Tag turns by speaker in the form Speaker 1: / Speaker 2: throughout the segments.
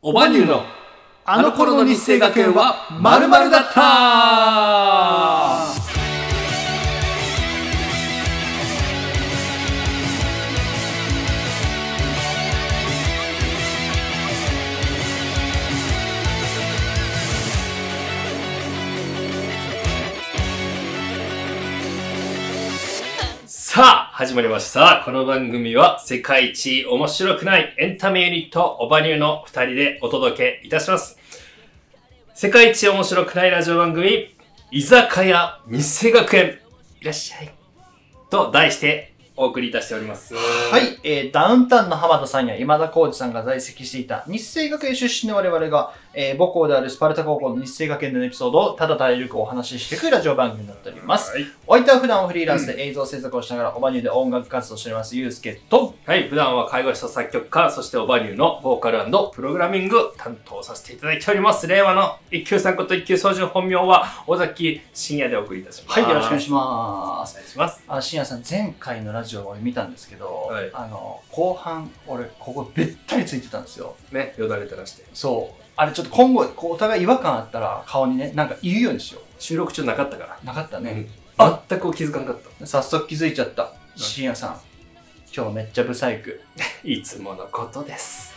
Speaker 1: おばにゅうのあの頃の日生学園はまるだったさあ、始まりました。この番組は世界一面白くないエンタメユニットオバニューの二人でお届けいたします。世界一面白くないラジオ番組、居酒屋日生学園、いらっしゃい。と題してお送りいたしております。
Speaker 2: は。い、えーダウンタウンの浜田さんや今田浩二さんが在籍していた日清学園出身の我々が、えー母校であるスパルタ高校の日清学園でのエピソードをただ大力お話ししていくラジオ番組になっております。
Speaker 1: はい。
Speaker 2: お相手は普段フリーランスで映像制作をしながら、オバニューで音楽活動をしております、ゆうすけと、
Speaker 1: はい、普段は介護士と作曲家、そしてオバニューのボーカルプログラミング担当させていただいております。令和の一級さんこと一級操縦本名は尾崎深也でお送りいたします。
Speaker 2: はい、よろしくお願い
Speaker 1: し
Speaker 2: しま。
Speaker 1: ますお願いします。
Speaker 2: あの、深夜さん、前回のラジオを俺見たんですけど、
Speaker 1: はい
Speaker 2: あの、後半、俺、ここべったりついてたんですよ。
Speaker 1: ね、よだれ垂らして。
Speaker 2: そう。あれ、ちょっと今後、こうお互い違和感あったら、顔にね、なんか言うようにしよ
Speaker 1: 収録中なかったから。
Speaker 2: う。なかったね。
Speaker 1: あ全く気づかなかった。
Speaker 2: 早速気づいちゃった深夜さん今日めっちゃブサイク
Speaker 1: いつものことです。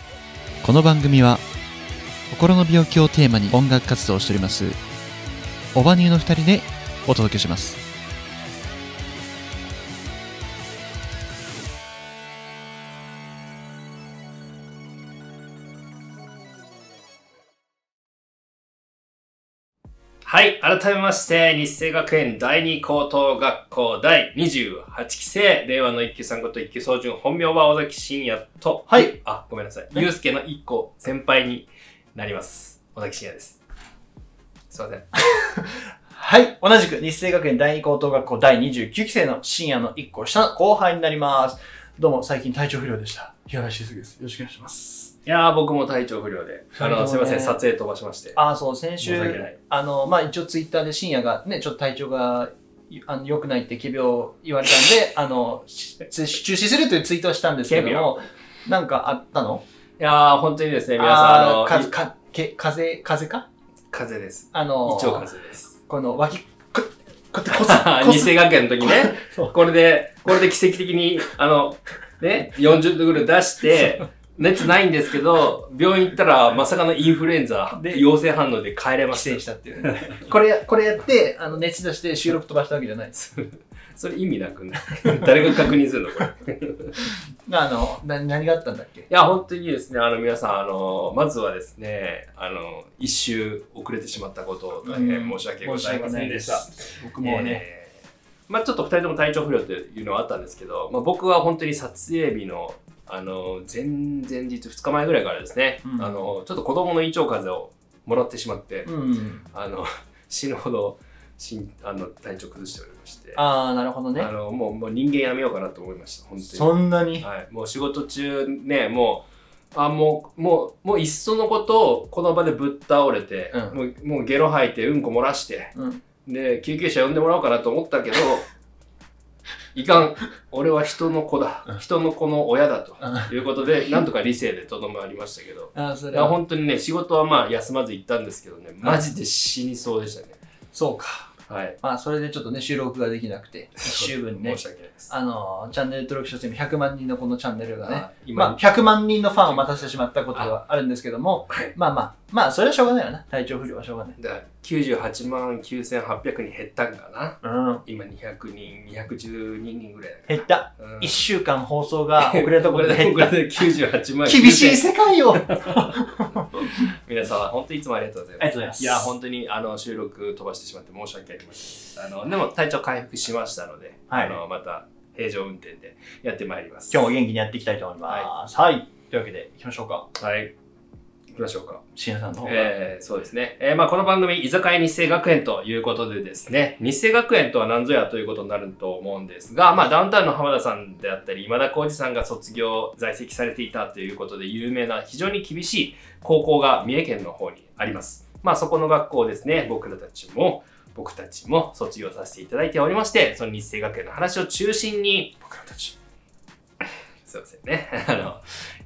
Speaker 3: この番組は心の病気をテーマに音楽活動をしておりますオバニューの2人でお届けします
Speaker 1: はい、改めまして、日生学園第二高等学校第28期生、令和の一級さんこと一級総順、本名は尾崎真也と、
Speaker 2: はい。
Speaker 1: あ、ごめんなさい。
Speaker 2: え
Speaker 1: ゆうすけの一個先輩になります。尾崎真也です。すいません。
Speaker 2: はい同じく日清学園第二高等学校第29期生の深夜の1個下の後輩になりますどうも最近体調不良でした日原すぐですよろしくお願いします
Speaker 1: いやー、僕も体調不良で、あの、
Speaker 2: 二
Speaker 1: す
Speaker 2: 人
Speaker 1: い
Speaker 2: とも
Speaker 1: ま
Speaker 2: ね
Speaker 1: せん、撮影飛ばしまして。
Speaker 2: ああそう
Speaker 1: 申
Speaker 2: 先
Speaker 1: し訳な
Speaker 2: 週
Speaker 1: い。
Speaker 2: あのまあ一応ツイッターで深夜がねちょっと体調がいあの良くないって仮病言われたんで あのし中止するというツイートをしたんですけどもなんかあったの
Speaker 1: いやー、本当にですね、皆さん、あの、
Speaker 2: あーか
Speaker 1: い
Speaker 2: かけ風風邪か
Speaker 1: 風邪です。
Speaker 2: あ
Speaker 1: 一
Speaker 2: の
Speaker 1: 応風邪です。
Speaker 2: この脇、ここって こす、こ
Speaker 1: 日
Speaker 2: す。
Speaker 1: 生学園の時ね
Speaker 2: そ、う
Speaker 1: これで、これで奇跡的に、あの、ね、40度ぐらい出して、熱ないんですけど、病院行ったら、まさかのインフルエンザ、
Speaker 2: で
Speaker 1: 陽性反応で帰れま
Speaker 2: 帰省
Speaker 1: し。
Speaker 2: したたっていうね。これ、これやって、あの、熱出して収録飛ばしたわけじゃないです。
Speaker 1: それ意味なくない誰が確認するのこれ。い
Speaker 2: あの、な何があったんだっけ
Speaker 1: や、本当にですね、あの、皆さん、あの、まずはですね、あの、一周遅れてしまったことを大変申し訳ございませんでした。。
Speaker 2: 僕もね、
Speaker 1: えーまあちょっと2人とも体調不良っていうのはあったんですけど、まあ、僕は本当に撮影日のあの前前日2日前ぐらいからですね、
Speaker 2: うん
Speaker 1: あのちょっと子供の胃腸風邪をもらってしまって、
Speaker 2: うん。
Speaker 1: あの 死ぬほどしんあの体調崩しておりましてあ、
Speaker 2: ああ、なるほどね。
Speaker 1: のもうもう人間やめようかなと思いました本当
Speaker 2: そんな
Speaker 1: に、
Speaker 2: に。
Speaker 1: はい、もう仕事中ねもうあもうもうもういっそのことをこの場でぶっ倒れて、
Speaker 2: うん
Speaker 1: もうもうゲロ吐いてうんこ漏らして、
Speaker 2: うん。
Speaker 1: で、救急車呼んでもらおうかなと思った けど、いかん。俺は人の子だ。人の子の親だと。
Speaker 2: あ
Speaker 1: いうことで、なんとか理性でとどまりましたけど。
Speaker 2: あ、そ
Speaker 1: い
Speaker 2: れ
Speaker 1: や、
Speaker 2: は、
Speaker 1: 本当にね、仕事はまあ休まず行ったんですけどね、マジで死にそうでしたね。
Speaker 2: そうか。
Speaker 1: はい。
Speaker 2: まあ、それでちょっとね、収録ができなく て、一週分にね
Speaker 1: 申し、訳ないです。
Speaker 2: あの、チャンネル登録者数今100万人のこのチャンネルがね、
Speaker 1: あ
Speaker 2: まあ、100万人のファンを待たせてしまったことではあるんですけども
Speaker 1: はい、
Speaker 2: まあまあ、まあ、それはしょうがないよな。体調不良はしょうがない。
Speaker 1: だから98万9800人減ったんかな。
Speaker 2: うん。
Speaker 1: 今200人、212人ぐらいだ
Speaker 2: 減った。
Speaker 1: から。うん
Speaker 2: 一週間放送が 遅れたことで減
Speaker 1: これ
Speaker 2: っ
Speaker 1: で98万
Speaker 2: た。 厳し
Speaker 1: 9000
Speaker 2: い世界 よあ
Speaker 1: 皆様、本当にいつもありがとうございます。
Speaker 2: りがとうございま
Speaker 1: いや、本当にあの収録飛ばしてしまって申し訳ありません。あのでも体調回復しましたので、
Speaker 2: はい
Speaker 1: あのまた平常運転でやってまいります。
Speaker 2: 今日も元気にやっていきたいと思います。はい。というわけで、行きましょうか。
Speaker 1: はい。行きましょうか。
Speaker 2: 深夜さんの方が。
Speaker 1: えー、そうですね。えーまあ、この番組、居酒屋日生学園ということでですね、日生学園とは何ぞやということになると思うんですが、まあ、ダウンタウンの浜田さんであったり、今田耕司さんが卒業、在籍されていたということで有名な非常に厳しい高校が三重県の方にあります。まあ、そこの学校ですね、僕らたちも、僕たちも卒業させていただいておりまして、その日生学園の話を中心に、僕らたち、すいませんね。 あの、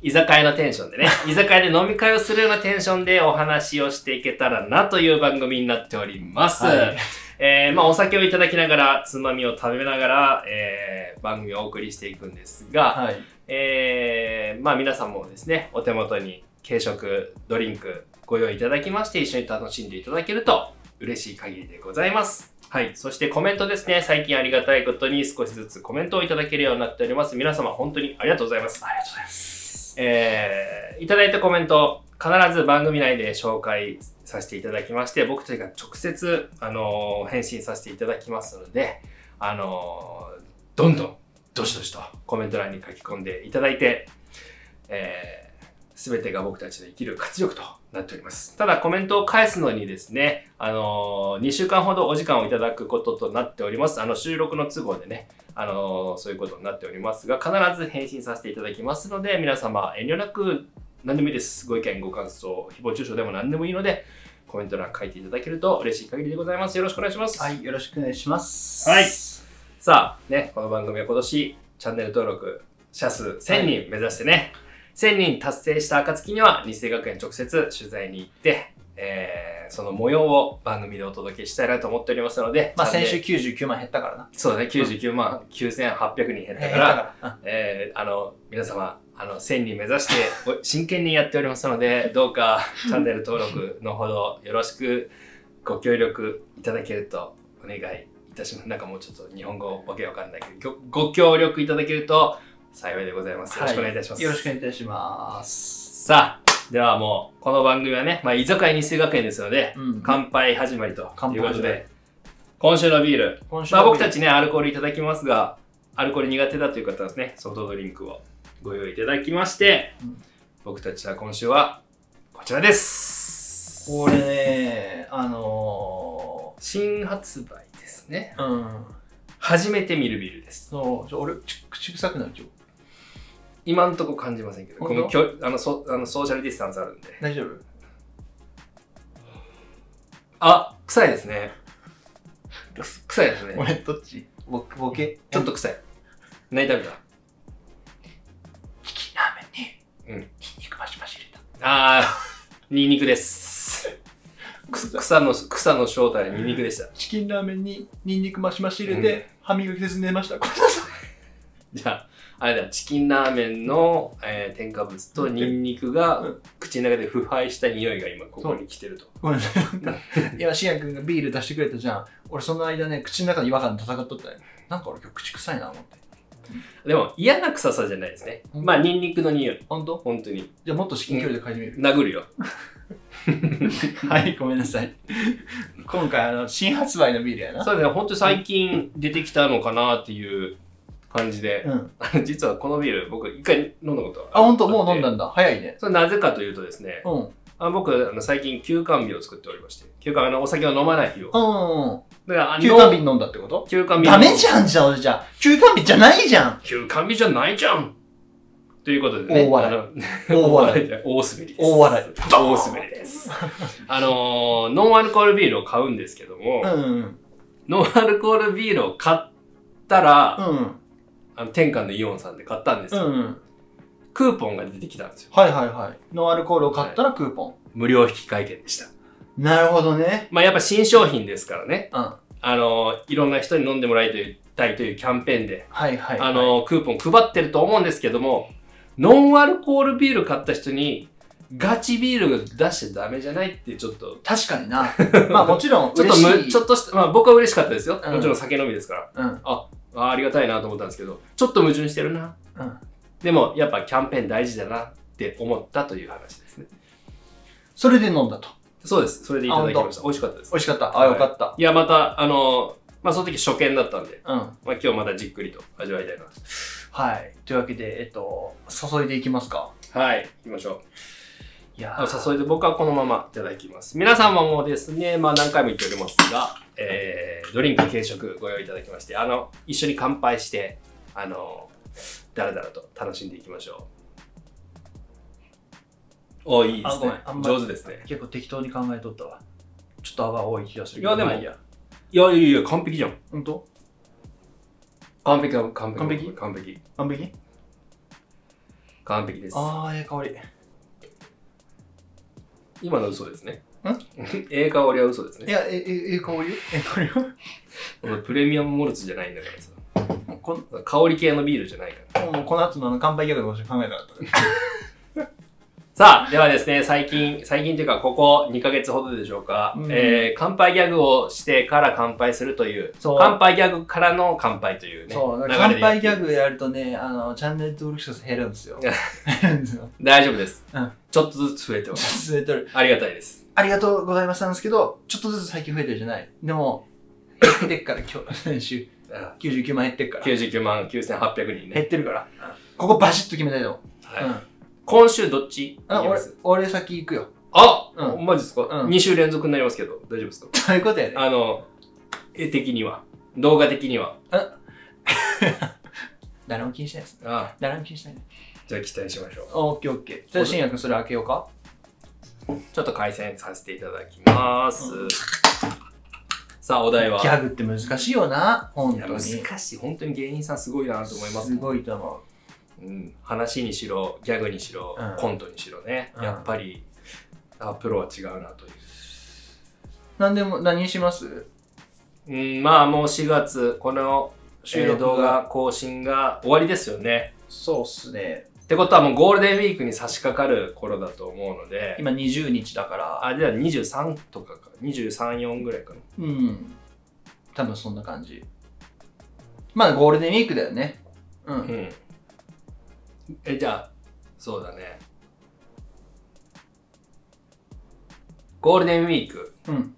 Speaker 1: 居酒屋のテンションで ね、居酒屋で飲み会をするようなテンションでお話をしていけたらなという番組になっております。
Speaker 2: はい
Speaker 1: えーまあお酒をいただきながら、つまみを食べながら、えー番組をお送りしていくんですが、
Speaker 2: はい。
Speaker 1: えーまあ皆さんもですね、お手元に軽食、ドリンクご用意いただきまして、一緒に楽しんでいただけると嬉しい限りでございます。はい。そしてコメントですね。最近ありがたいことに少しずつコメントをいただけるようになっております。皆様本当にありがとうございます。ありがとうございます。えーいただいたコメント、必ず番組内で紹介させていただきまして、僕たちが直接、あのー返信させていただきますので、あのーどんどんどしどしとコメント欄に書き込んでいただいて、えー、全てが僕たちの生きる活力となっております。ただコメントを返すのにですね、あのー、2週間ほどお時間をいただくこととなっております。あの、収録の都合でね、あのーそういうことになっておりますが、必ず返信させていただきますので、皆様遠慮なく何でもいいです。ご意見、ご感想、誹謗中傷でも何でもいいので、コメント欄書いていただけると嬉しい限りでございます。よろしくお願いします。
Speaker 2: はい、よろしくお願いします。
Speaker 1: はいさあ、ね、この番組は今年、チャンネル登録者数1000人目指してね、1000人達成した暁には、日生学園直接取材に行って、えーその模様を番組でお届けしたいなと思っておりますので、
Speaker 2: まあ
Speaker 1: チャン
Speaker 2: 先
Speaker 1: ネル
Speaker 2: 週99万減ったからな。
Speaker 1: そうだね、99万9800人減った
Speaker 2: 減
Speaker 1: か
Speaker 2: っ
Speaker 1: ら、
Speaker 2: たから。
Speaker 1: えーあの、皆様、あの、1000人目指して、お 真剣にやっておりますので、どうかチャンネル登録のほどよろしくご協力いただけるとお願いいたします。なんかもうちょっと日本語わけわかんないけど、ごご協力いただけると幸いでございます。よろしくお願いいたします。
Speaker 2: よろしくお願いいたします。
Speaker 1: さあ、ではもう、この番組はね、まあ、居酒屋日数学園ですので、
Speaker 2: うん
Speaker 1: 乾杯始まりと
Speaker 2: 乾
Speaker 1: いう
Speaker 2: 杯
Speaker 1: こと
Speaker 2: 始ま
Speaker 1: で、今週のビール、
Speaker 2: 今週
Speaker 1: ま
Speaker 2: の
Speaker 1: あ、僕たちね、アルコールいただきますが、アルコール苦手だという方はですね、ソフトドリンクをご用意いただきまして、
Speaker 2: うん
Speaker 1: 僕たちは今週はこちらです。
Speaker 2: これね、あの
Speaker 1: 新発売ですね。
Speaker 2: ー、うん。
Speaker 1: 初めて見るビールです。
Speaker 2: そう、ちょ俺、ち口臭くなる今日。
Speaker 1: 今んとこ感じませんけど、
Speaker 2: 本
Speaker 1: こ
Speaker 2: 当
Speaker 1: のきょあのそあのソーシャルディスタンスあるんで。
Speaker 2: 大丈夫
Speaker 1: あ、臭いですね。 臭いですね。
Speaker 2: 俺、どっちボケ、ボケ。
Speaker 1: ちょっと臭い。何食べた
Speaker 2: チキンラーメン
Speaker 1: うん
Speaker 2: に、ニンニクマシマシ入れた。
Speaker 1: あー、ニンニクです。く草の草の正体はニンニクでした。
Speaker 2: チキンラーメンに、ニンニクマシマシ入れ
Speaker 1: う
Speaker 2: て、歯磨きせず寝ました。ごめんなさい
Speaker 1: じゃあ、あれだ、チキンラーメンの、えー添加物とニンニクが
Speaker 2: うん
Speaker 1: 口の中で腐敗した匂いが今ここに来てると。
Speaker 2: ごめんなさい。なんか、 今、しんやくんがビール出してくれたじゃん。俺、その間ね、口の中で違和感と戦っとったよ。なんか俺今日口臭いな、思って。
Speaker 1: でも嫌な臭さじゃないですね。
Speaker 2: うん
Speaker 1: まあ、ニンニクの匂い。
Speaker 2: ほんと
Speaker 1: 本当に。
Speaker 2: じゃあ、もっと至近距離で嗅いでみる。
Speaker 1: 殴るよ。
Speaker 2: はい、ごめんなさい。今回、あの、新発売のビールやな。
Speaker 1: そうですね、本当に最近出てきたのかなっていう感じで。
Speaker 2: ん。
Speaker 1: あの実はこのビール、僕一回飲んだことがる
Speaker 2: あ、ほんと、もう飲んだ
Speaker 1: だ。
Speaker 2: んだ。早いね。
Speaker 1: それなぜかというとですね、
Speaker 2: うん。うん
Speaker 1: あ僕、あの最近休館日を作っておりまして、休館、あのお酒を飲まない日を。だ
Speaker 2: うんうん。
Speaker 1: からあの
Speaker 2: 休館日に飲んだってこと
Speaker 1: 休館日を
Speaker 2: ダメじゃん、じゃあ、俺じゃあ。休館日じゃないじゃ ん。
Speaker 1: 休館日じゃないじゃんということでね。
Speaker 2: 大笑い
Speaker 1: あの
Speaker 2: 大笑い。
Speaker 1: じゃない大滑りです。
Speaker 2: 大笑い。
Speaker 1: 大滑りです。あのーノンアルコールビールを買うんですけども、
Speaker 2: うんうん。
Speaker 1: ノンアルコールビールを買ったら、
Speaker 2: うん。
Speaker 1: あの天下のイオンさんで買ったんです
Speaker 2: う
Speaker 1: よ、
Speaker 2: ん。
Speaker 1: クーポンが出てきたんですよ。
Speaker 2: はいはいはい。ノンアルコールを買ったらクーポン。
Speaker 1: 無料引き換え券でした。
Speaker 2: なるほどね。
Speaker 1: まあやっぱ新商品ですからね、
Speaker 2: うん。はい
Speaker 1: あのーいろんな人に飲んでもらいたいというキャンペーンで、
Speaker 2: はいはい。
Speaker 1: あの、クーポン配ってると思うんですけども、ノンアルコールビール買った人に、ガチビール出してダメじゃないって、ちょっと、
Speaker 2: 確かにな。 まあもちろん、
Speaker 1: ちょっ
Speaker 2: 嬉
Speaker 1: と
Speaker 2: し
Speaker 1: む、
Speaker 2: い。
Speaker 1: ちょっとした、まあ僕は嬉しかったですよ。
Speaker 2: うん
Speaker 1: もちろん酒飲みですから。
Speaker 2: うん。
Speaker 1: あありがたいなと思ったんですけど、ちょっと矛盾してるな。
Speaker 2: うん。
Speaker 1: でも、やっぱキャンペーン大事だなって思ったという話ですね。
Speaker 2: それで飲んだと。
Speaker 1: そうです。それでいただきました。美味しかったです
Speaker 2: 美。味しかった。
Speaker 1: は
Speaker 2: あ、
Speaker 1: い
Speaker 2: よかった。
Speaker 1: いや、また、あの、まあその時初見だったんで、
Speaker 2: うん。
Speaker 1: まあ今日またじっくりと味わいたいな
Speaker 2: はい。というわけで、えっと、注いでいきますか。
Speaker 1: と。はい、行きましょう。
Speaker 2: いや
Speaker 1: あ
Speaker 2: ー
Speaker 1: の誘いで僕はこのままいただきます。皆様もですね、まあ何回も言っておりますが、えー、ドリンク軽食ご用意いただきまして、あの、一緒に乾杯して、あの、だらだらと楽しんでいきましょう。お、いいで
Speaker 2: あ
Speaker 1: す
Speaker 2: ごめん
Speaker 1: ね
Speaker 2: あん。まり
Speaker 1: 上手ですね。
Speaker 2: 結構適当に考えとったわ。ちょっと泡多い気がするけ
Speaker 1: い
Speaker 2: ど。
Speaker 1: や、でも、
Speaker 2: まあ
Speaker 1: いや、いやいや、完璧じゃん。
Speaker 2: ほんと
Speaker 1: 完璧だ、完璧だ。
Speaker 2: 完璧
Speaker 1: 完璧。
Speaker 2: 完璧
Speaker 1: 完璧です。
Speaker 2: ああ、ええ香り。
Speaker 1: 今の嘘ですね。 ええ香りは嘘です
Speaker 2: い
Speaker 1: ね。
Speaker 2: や、え、え、ええ香りよ。ええ香りよ。
Speaker 1: このプレミアムモルツじゃないんだからさ。
Speaker 2: こん
Speaker 1: 香り系のビールじゃないから。
Speaker 2: もうこの後のあの乾杯ギャグのことしか考えなかった。
Speaker 1: さあ、ではですね、最近、最近というか、ここ2ヶ月ほどでしょうか、
Speaker 2: うん
Speaker 1: えー、乾杯ギャグをしてから乾杯するという、
Speaker 2: そう
Speaker 1: 乾杯ギャグからの乾杯というね、
Speaker 2: そう、
Speaker 1: 流れで
Speaker 2: 乾杯ギャグやるとね、あの、チャンネル登録者数減るんですよ。 減るんです よ。
Speaker 1: 大丈夫です、
Speaker 2: うん
Speaker 1: ちょっとずつ増えてます。
Speaker 2: 続いてる。
Speaker 1: ありがたいです。
Speaker 2: ありがとうございましたんですけど、ちょっとずつ最近増えてるじゃない。でも、減ってっから、今日、先週、
Speaker 1: あ
Speaker 2: 99万減ってっから。
Speaker 1: 99万9800人
Speaker 2: 減
Speaker 1: ね。
Speaker 2: ってるから。ここバシッと決めたいと思う。
Speaker 1: はい
Speaker 2: うん。
Speaker 1: 今週どっち
Speaker 2: あ
Speaker 1: いきま
Speaker 2: 俺
Speaker 1: す、
Speaker 2: 俺先行くよ。
Speaker 1: あ、
Speaker 2: う
Speaker 1: マジですか、
Speaker 2: うん
Speaker 1: ?2 週連続になりますけど、大丈夫ですか
Speaker 2: そういうことやね。
Speaker 1: あの、絵的には、動画的には。
Speaker 2: 誰も気にしないです。
Speaker 1: あ
Speaker 2: 誰も気にしないね。
Speaker 1: じゃあ期待しましょう。
Speaker 2: オッケーオッケー。じゃあ、新薬それ開けようか。
Speaker 1: ちょっと改善させていただきます。さあ、お題は。
Speaker 2: ギャグって難しいよな、本
Speaker 1: いや
Speaker 2: 当に。
Speaker 1: 難しい。本当に芸人さんすごいなと思います
Speaker 2: すごいと思う。
Speaker 1: うん。話にしろ、ギャグにしろ、
Speaker 2: うん
Speaker 1: コントにしろね。
Speaker 2: うん
Speaker 1: やっぱり、あプロは違うなという。
Speaker 2: 何でも、何にします
Speaker 1: うん、まあもう4月、この
Speaker 2: 収
Speaker 1: 収
Speaker 2: 録
Speaker 1: 録
Speaker 2: が
Speaker 1: 動画更新が終わりですよね。
Speaker 2: そうっすね。
Speaker 1: ってことはもうゴールデンウィークに差し掛かる頃だと思うので、
Speaker 2: 今20日だから、
Speaker 1: あ、じゃあ23とかか、23、4ぐらいかな。
Speaker 2: うん。多分そんな感じ。まあゴールデンウィークだよね。う。
Speaker 1: うんん。え、じゃあ、そうだね。ゴールデンウィーク、
Speaker 2: うん。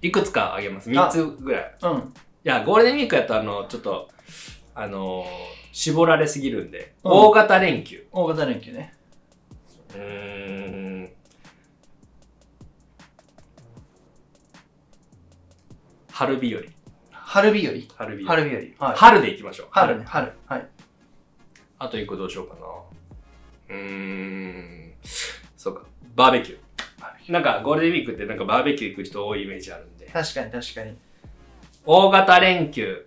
Speaker 1: いくつかあげます。3つぐらい。
Speaker 2: うん。
Speaker 1: いや、ゴールデンウィークやと、あの、ちょっと、あのー絞られすぎるんで、
Speaker 2: うん
Speaker 1: 大型連休。
Speaker 2: 大型連休ね。
Speaker 1: うーん。春日和。
Speaker 2: 春日
Speaker 1: 春日和。
Speaker 2: 和。春日和。はい。
Speaker 1: 春でいきましょう。
Speaker 2: 春ね、春。はい。
Speaker 1: あと一個どうしようかな。うーん。そうか。バーベキュー。なんかゴールデンウィークってなんかバーベキュー行く人多いイメージあるんで。
Speaker 2: 確かに確かに。
Speaker 1: 大型連休、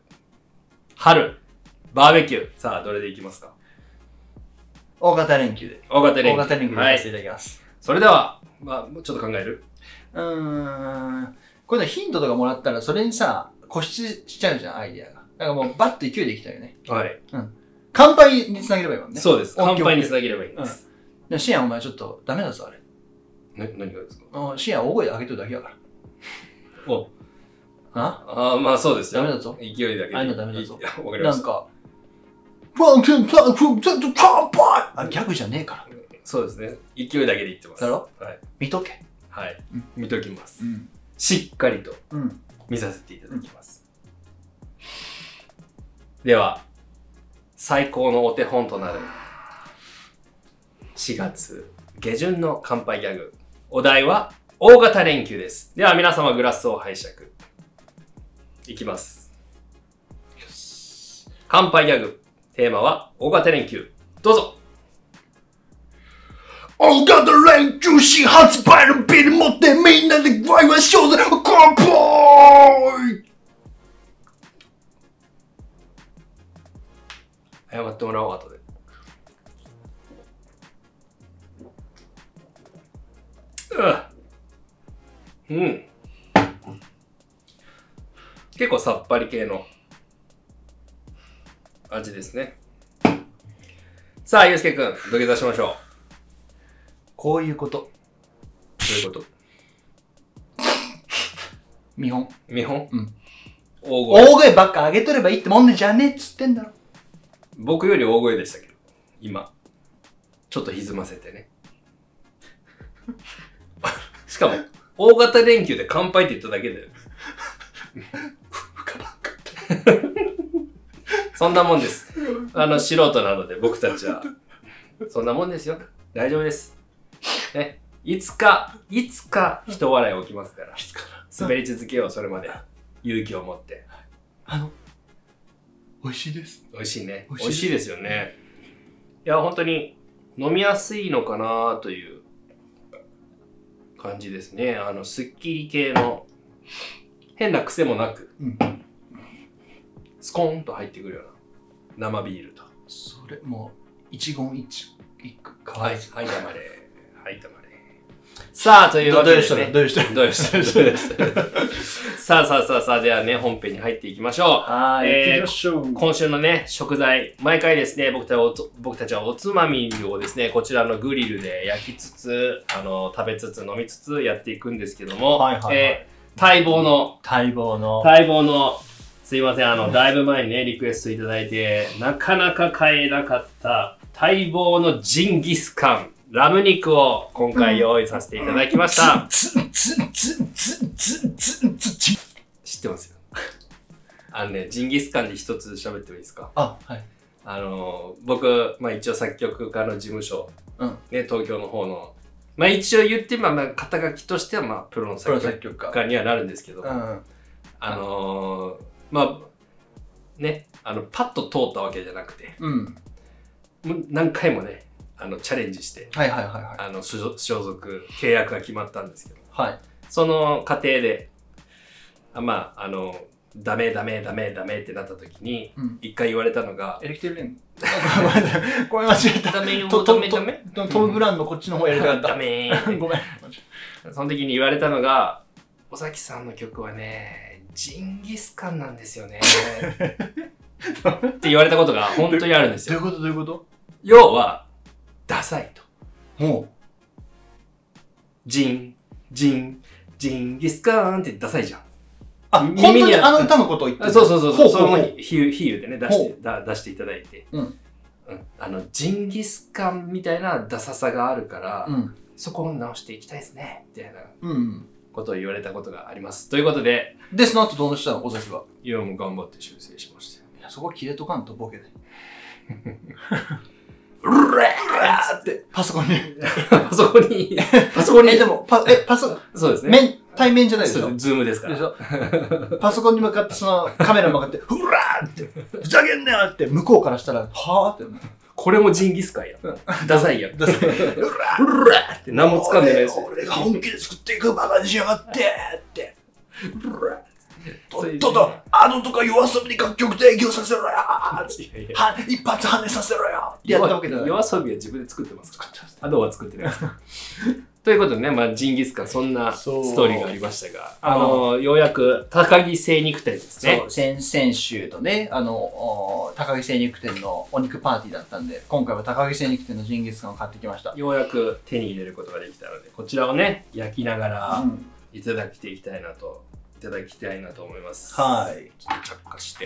Speaker 1: 春、バーベキュー。さあ、どれでいきますか
Speaker 2: 大型連休で。
Speaker 1: 大型連休。
Speaker 2: 大型連休で
Speaker 1: は
Speaker 2: やらせて
Speaker 1: い。
Speaker 2: いただきます。
Speaker 1: それでは、まあ、もうちょっと考える
Speaker 2: うーん。これね、ヒントとかもらったら、それにさ、固執しちゃうじゃん、アイディアが。だからもう、バッと勢いでいきたいよね。
Speaker 1: はい。
Speaker 2: 乾杯につなげればいいもんね。
Speaker 1: そうです。
Speaker 2: オッ
Speaker 1: 乾
Speaker 2: ケー
Speaker 1: 杯につなげればいいんです。
Speaker 2: でも、シアンお前ちょっと、ダメだぞ、あれ。
Speaker 1: な何がですか
Speaker 2: うんシアン大声で上げとるだけだから。
Speaker 1: お
Speaker 2: な
Speaker 1: ああ、まあそうですよ。
Speaker 2: ダメだぞ
Speaker 1: 勢いだけで。
Speaker 2: ああいうのダメだぞ
Speaker 1: いやわかりま
Speaker 2: な
Speaker 1: し
Speaker 2: ん
Speaker 1: た。
Speaker 2: か、パンケンパンケンパンケンパンパンあ、ギャグじゃねえから。
Speaker 1: そうですね。勢いだけで言ってます。
Speaker 2: だろ
Speaker 1: はい。
Speaker 2: 見とけ。
Speaker 1: はい
Speaker 2: うん。
Speaker 1: 見ときます。
Speaker 2: ん。
Speaker 1: しっかりと
Speaker 2: うん。
Speaker 1: 見させていただきます。では、最高のお手本となる4月下旬の乾杯ギャグ。お題は大型連休です。では皆様グラスを拝借。いきます。乾杯ギャグ。テーマは大型連休。どうぞ。
Speaker 2: オンガドレイン中心発売のビール持ってみんなでワイワイしようぜ乾杯
Speaker 1: 謝ってもらおう、後で。うん。うん。結構さっぱり系の味ですね。さあ、ゆうすけくん、土下座しましょう。
Speaker 2: こういうこ
Speaker 1: ど
Speaker 2: と。
Speaker 1: ういうこと
Speaker 2: 見本。
Speaker 1: 見本
Speaker 2: うん。
Speaker 1: 大声。
Speaker 2: 大声ばっか上げとればいいってもんでじゃねえっつってんだろ。
Speaker 1: 僕より大声でしたけど、今。ちょっと歪ませてね。 しかも、大型連休で乾杯って言っただけだよ。そんなもんです。あの、素人なので、僕たちは。そんなもんですよ。大丈夫です。ね。いつか、いつか、人笑い起きますから。滑り続けよう、それまで。勇気を持って。
Speaker 2: あの、美味しいです。
Speaker 1: 美味しいね
Speaker 2: 美味しい
Speaker 1: 美味しいですよねいや本当に飲みやすいのかなという感じですねあのすっきり系の変な癖もなく
Speaker 2: うん。
Speaker 1: スコーンと入ってくるような生ビールと
Speaker 2: それ、もう、一言一一句かわ
Speaker 1: はいい
Speaker 2: い。、
Speaker 1: はい、黙れ。はい、黙れ。さあ、という
Speaker 2: ど
Speaker 1: わ
Speaker 2: ど
Speaker 1: け
Speaker 2: う
Speaker 1: で、
Speaker 2: いう
Speaker 1: ね。
Speaker 2: 人だどういう人だ
Speaker 1: どういう人 どういう人 さあさあさあさあ、ではね、本編に入っていきましょ
Speaker 2: はーい、
Speaker 1: えー
Speaker 2: 行ってみましょう。
Speaker 1: う。今週のね、食材、毎回ですね、僕たちはおつ僕たちはおつまみをですね、こちらのグリルで焼きつつ、あの、食べつつ、飲みつつやっていくんですけども、
Speaker 2: はいはいはい
Speaker 1: えー待望の、
Speaker 2: 待望の。
Speaker 1: 待望の、すいません、あの、だいぶ前にね、リクエストいただいて、なかなか買えなかった、待望のジンギスカン、ラム肉を今回用意させていただきました。
Speaker 2: ツンツンツンツンツンツンツンツン
Speaker 1: 知ってますよ。あのね、ジンギスカンで一つ喋ってもいいですか
Speaker 2: あ、はい。
Speaker 1: あのー、僕、まあ一応作曲家の事務所、
Speaker 2: うん
Speaker 1: ね、東京の方の、まあ一応言って、まあまあ肩書きとしては、まあプロの
Speaker 2: プロ
Speaker 1: 作
Speaker 2: 作
Speaker 1: 曲
Speaker 2: 曲家。
Speaker 1: 家にはなるんですけど、
Speaker 2: うん。
Speaker 1: あのー、まあ、ね、あの、パッと通ったわけじゃなくて、
Speaker 2: うん。
Speaker 1: もう何回もね、あの、チャレンジして、
Speaker 2: はいはいはいはい。
Speaker 1: あの、所属所属、契約が決まったんですけど、
Speaker 2: はい。
Speaker 1: その過程で、あまあ、あの、ダメダメダメダメってなった時に、
Speaker 2: うん
Speaker 1: 一回言われたのが、
Speaker 2: エレキテルレン。ごめんなさい。ごめん間違えた。
Speaker 1: ダメよ
Speaker 2: ト
Speaker 1: ダメダメ
Speaker 2: トトム・ブラウンのこっちの方やりたかった。
Speaker 1: ダメーって
Speaker 2: ごめん。
Speaker 1: その時に言われたのが、尾崎さんの曲はね、ジンギスカンなんです よね。って言われたことが本当にあるんです
Speaker 2: どういう
Speaker 1: よ。
Speaker 2: ことどういうこと
Speaker 1: 要は、ダサいと。
Speaker 2: も
Speaker 1: ジン、ジン、ジンギスカンってダサいじゃん。
Speaker 2: う。あ、本
Speaker 1: 耳に
Speaker 2: 当に
Speaker 1: は
Speaker 2: あの歌のことを言って
Speaker 1: あそうそうそうそう、
Speaker 2: ほう
Speaker 1: そ
Speaker 2: ほうほ
Speaker 1: の
Speaker 2: う
Speaker 1: 比喩比喩でね出してだ出していただいて、
Speaker 2: うん
Speaker 1: うんあのジンギスカンみたいなダサさがあるから、
Speaker 2: うん。
Speaker 1: そこを直していきたいですねみたいな
Speaker 2: うん。
Speaker 1: ことを言われたことがあります。ということで、
Speaker 2: で、その後どうしたの尾崎は。
Speaker 1: 今も頑張って修正しましたよ。
Speaker 2: いや、そこは切れとかんとボケで。
Speaker 1: うれ
Speaker 2: あーって、パソコンに。
Speaker 1: ーパソコンに、パソコンに
Speaker 2: え、、でも、パ、え、パソ、
Speaker 1: そうですね。
Speaker 2: 面、対面じゃないです
Speaker 1: そう
Speaker 2: よ
Speaker 1: ですズームですか
Speaker 2: でし
Speaker 1: ら。
Speaker 2: ょパソコンに向かってそのカメラに向かって「ふらー!」って「ふざけんなよ!」って向こうからしたら「はぁ?」って
Speaker 1: これもジンギスカンや。ダサい や。
Speaker 2: だって
Speaker 1: うらーって何 もつかんでないです
Speaker 2: 俺
Speaker 1: よ。
Speaker 2: 俺が本気で作っていくバカにしやがってって
Speaker 1: うら
Speaker 2: と
Speaker 1: そういう
Speaker 2: っととあのとか夜遊びに楽曲提供させろよ
Speaker 1: ーっていやいや
Speaker 2: は一発跳ねさせろよってやったわけじゃない
Speaker 1: 夜遊びは自分で作ってますから。アドは作ってないです。ということでね、まあ、ジンギスカン、そんなス
Speaker 2: そう
Speaker 1: トーリーがありましたが、
Speaker 2: あ
Speaker 1: あの、ようやく高木精肉店ですね
Speaker 2: そ。う先々週とねあのお高木精肉店のお肉パーティーだったんで今回は高木精肉店のジンギスカンを買ってきました、
Speaker 1: ようやく手に入れることができたので、こちらをね、焼きながら
Speaker 2: うん
Speaker 1: いただきていきたいなと、いただきたいなと思います。
Speaker 2: はい
Speaker 1: ちょっと着火して。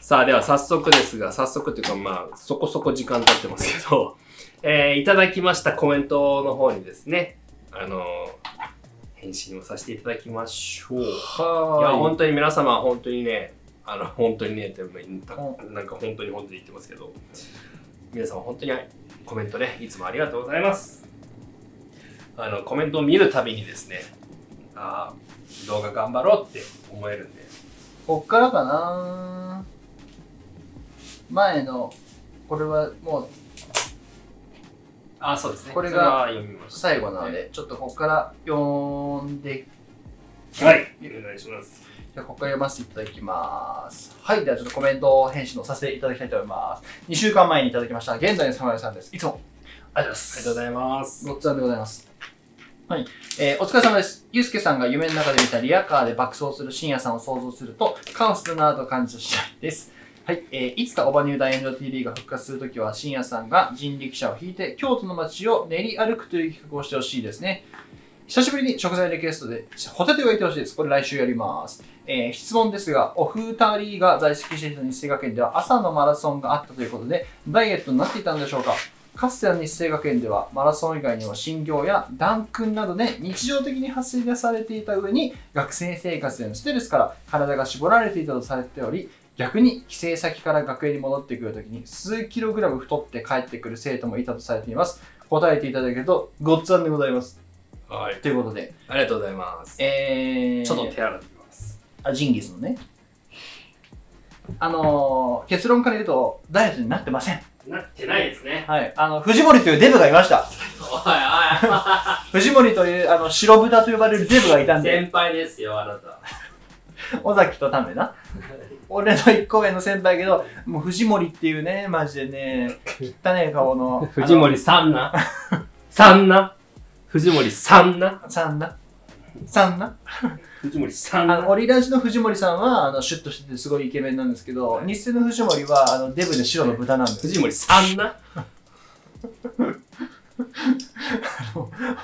Speaker 1: さあ、では早速ですが、早速というか、まあ、そこそこ時間経ってますけど、 えーいただきましたコメントの方にですね、あの返信をさせていただきましょう。いや、本当に皆様、本当にね、あの、本当にね、って、たなんか本当に本当に言ってますけど、皆様、本当にコメントね、いつもありがとうございます。あの、コメントを見るたびにですね、ああ、動画頑張ろうって思えるんで、
Speaker 2: こっからかな前のこれはもう
Speaker 1: ああ、そうですね。
Speaker 2: これが
Speaker 1: そは読みました。
Speaker 2: 最後なので、ちょっとここから読んで
Speaker 1: はい、お願いします。
Speaker 2: じゃあここから読ませていただきます。はい。ではちょっとコメント返信をさせていただきたいと思います。2週間前にいただきました、現在のサムライさんです。いつも。ありがとうございま
Speaker 1: あ
Speaker 2: す。
Speaker 1: りがとうございます。
Speaker 2: ごっつぁんでございます。はい。えーお疲れ様です。ゆうすけさんが夢の中で見たリアカーで爆走する深夜さんを想像すると、カオスだなぁと感じた次第です。はい。えーいつかオバニューダイエンド TV が復活するときは、深夜さんが人力車を引いて、京都の街を練り歩くという企画をしてほしいですね。久しぶりに食材リクエストで、ホタテを焼いてほしいです。これ来週やります。えー質問ですが、お二人が在籍していた日清学園では朝のマラソンがあったということで、ダイエットになっていたんでしょうかかつての日清学園ではマラソン以外にも診療や弾訓などで日常的に発生されていた上に学生生活でのストレスから体が絞られていたとされており逆に帰省先から学園に戻ってくるときに数キログラム太って帰ってくる生徒もいたとされています答えていただけるとごっつぁんでございます
Speaker 1: はい、
Speaker 2: ということで
Speaker 1: ありがとうございます。
Speaker 2: えー、
Speaker 1: ちょっと手洗ってきます。
Speaker 2: あジンギスのねあのー、結論から言うとダイエットになってません
Speaker 1: なってないですね。
Speaker 2: はいあの藤森というデブがいました
Speaker 1: おいお い。
Speaker 2: 藤森というあの白豚と呼ばれるデブがいたんで、
Speaker 1: 先輩ですよ、あなた。
Speaker 2: 尾崎とタメな。 俺の一個上の先輩やけど、もう藤森っていうね、マジでね、汚ね顔 の。
Speaker 1: 藤森さんな。さんな。藤森さんな。
Speaker 2: あの。さんな。さんな。
Speaker 1: 藤森さ
Speaker 2: あ
Speaker 1: ん
Speaker 2: の、
Speaker 1: な。
Speaker 2: オリラジの藤森さんは、あの、シュッとしててすごいイケメンなんですけど、日清の藤森は、あの、デブで白の豚なんです。
Speaker 1: 藤森さんな。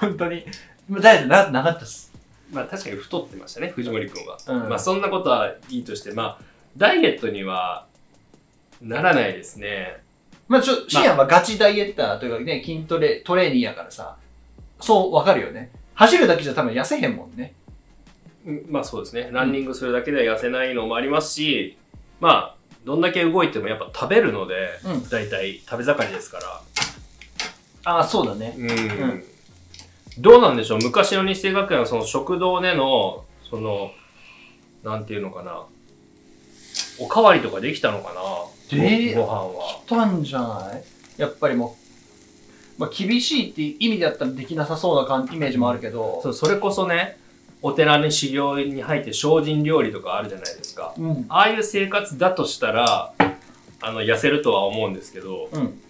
Speaker 2: 本当に。もうダイエットななかったです。
Speaker 1: まあ確かに太ってましたね、藤森くんは。
Speaker 2: うん
Speaker 1: まあそんなことはいいとして、まあ、ダイエットにはならないですね。
Speaker 2: まあちょ、シアンはガチダイエッターというかね、筋トレ、トレーニーやからさ、そう、わかるよね。走るだけじゃ多分痩せへんもんね。
Speaker 1: うんまあそうですね、ランニングするだけでは痩せないのもありますし、まあ、どんだけ動いてもやっぱ食べるので、
Speaker 2: うん
Speaker 1: 大体食べ盛りですから。
Speaker 2: ああ、そうだね。
Speaker 1: うん
Speaker 2: ん
Speaker 1: どうなんでしょう昔の日清学園はその食堂でのそのなんていうのかなおかわりとかできたのかな、
Speaker 2: えー
Speaker 1: ごご飯は
Speaker 2: たんじゃないやっぱりもう、まあ厳しいっていう意味だったらできなさそうな感イメージもあるけど、
Speaker 1: そうそれこそねお寺に修行に入って精進料理とかあるじゃないですか
Speaker 2: うん。
Speaker 1: ああいう生活だとしたらあの痩せるとは思うんですけど
Speaker 2: うん。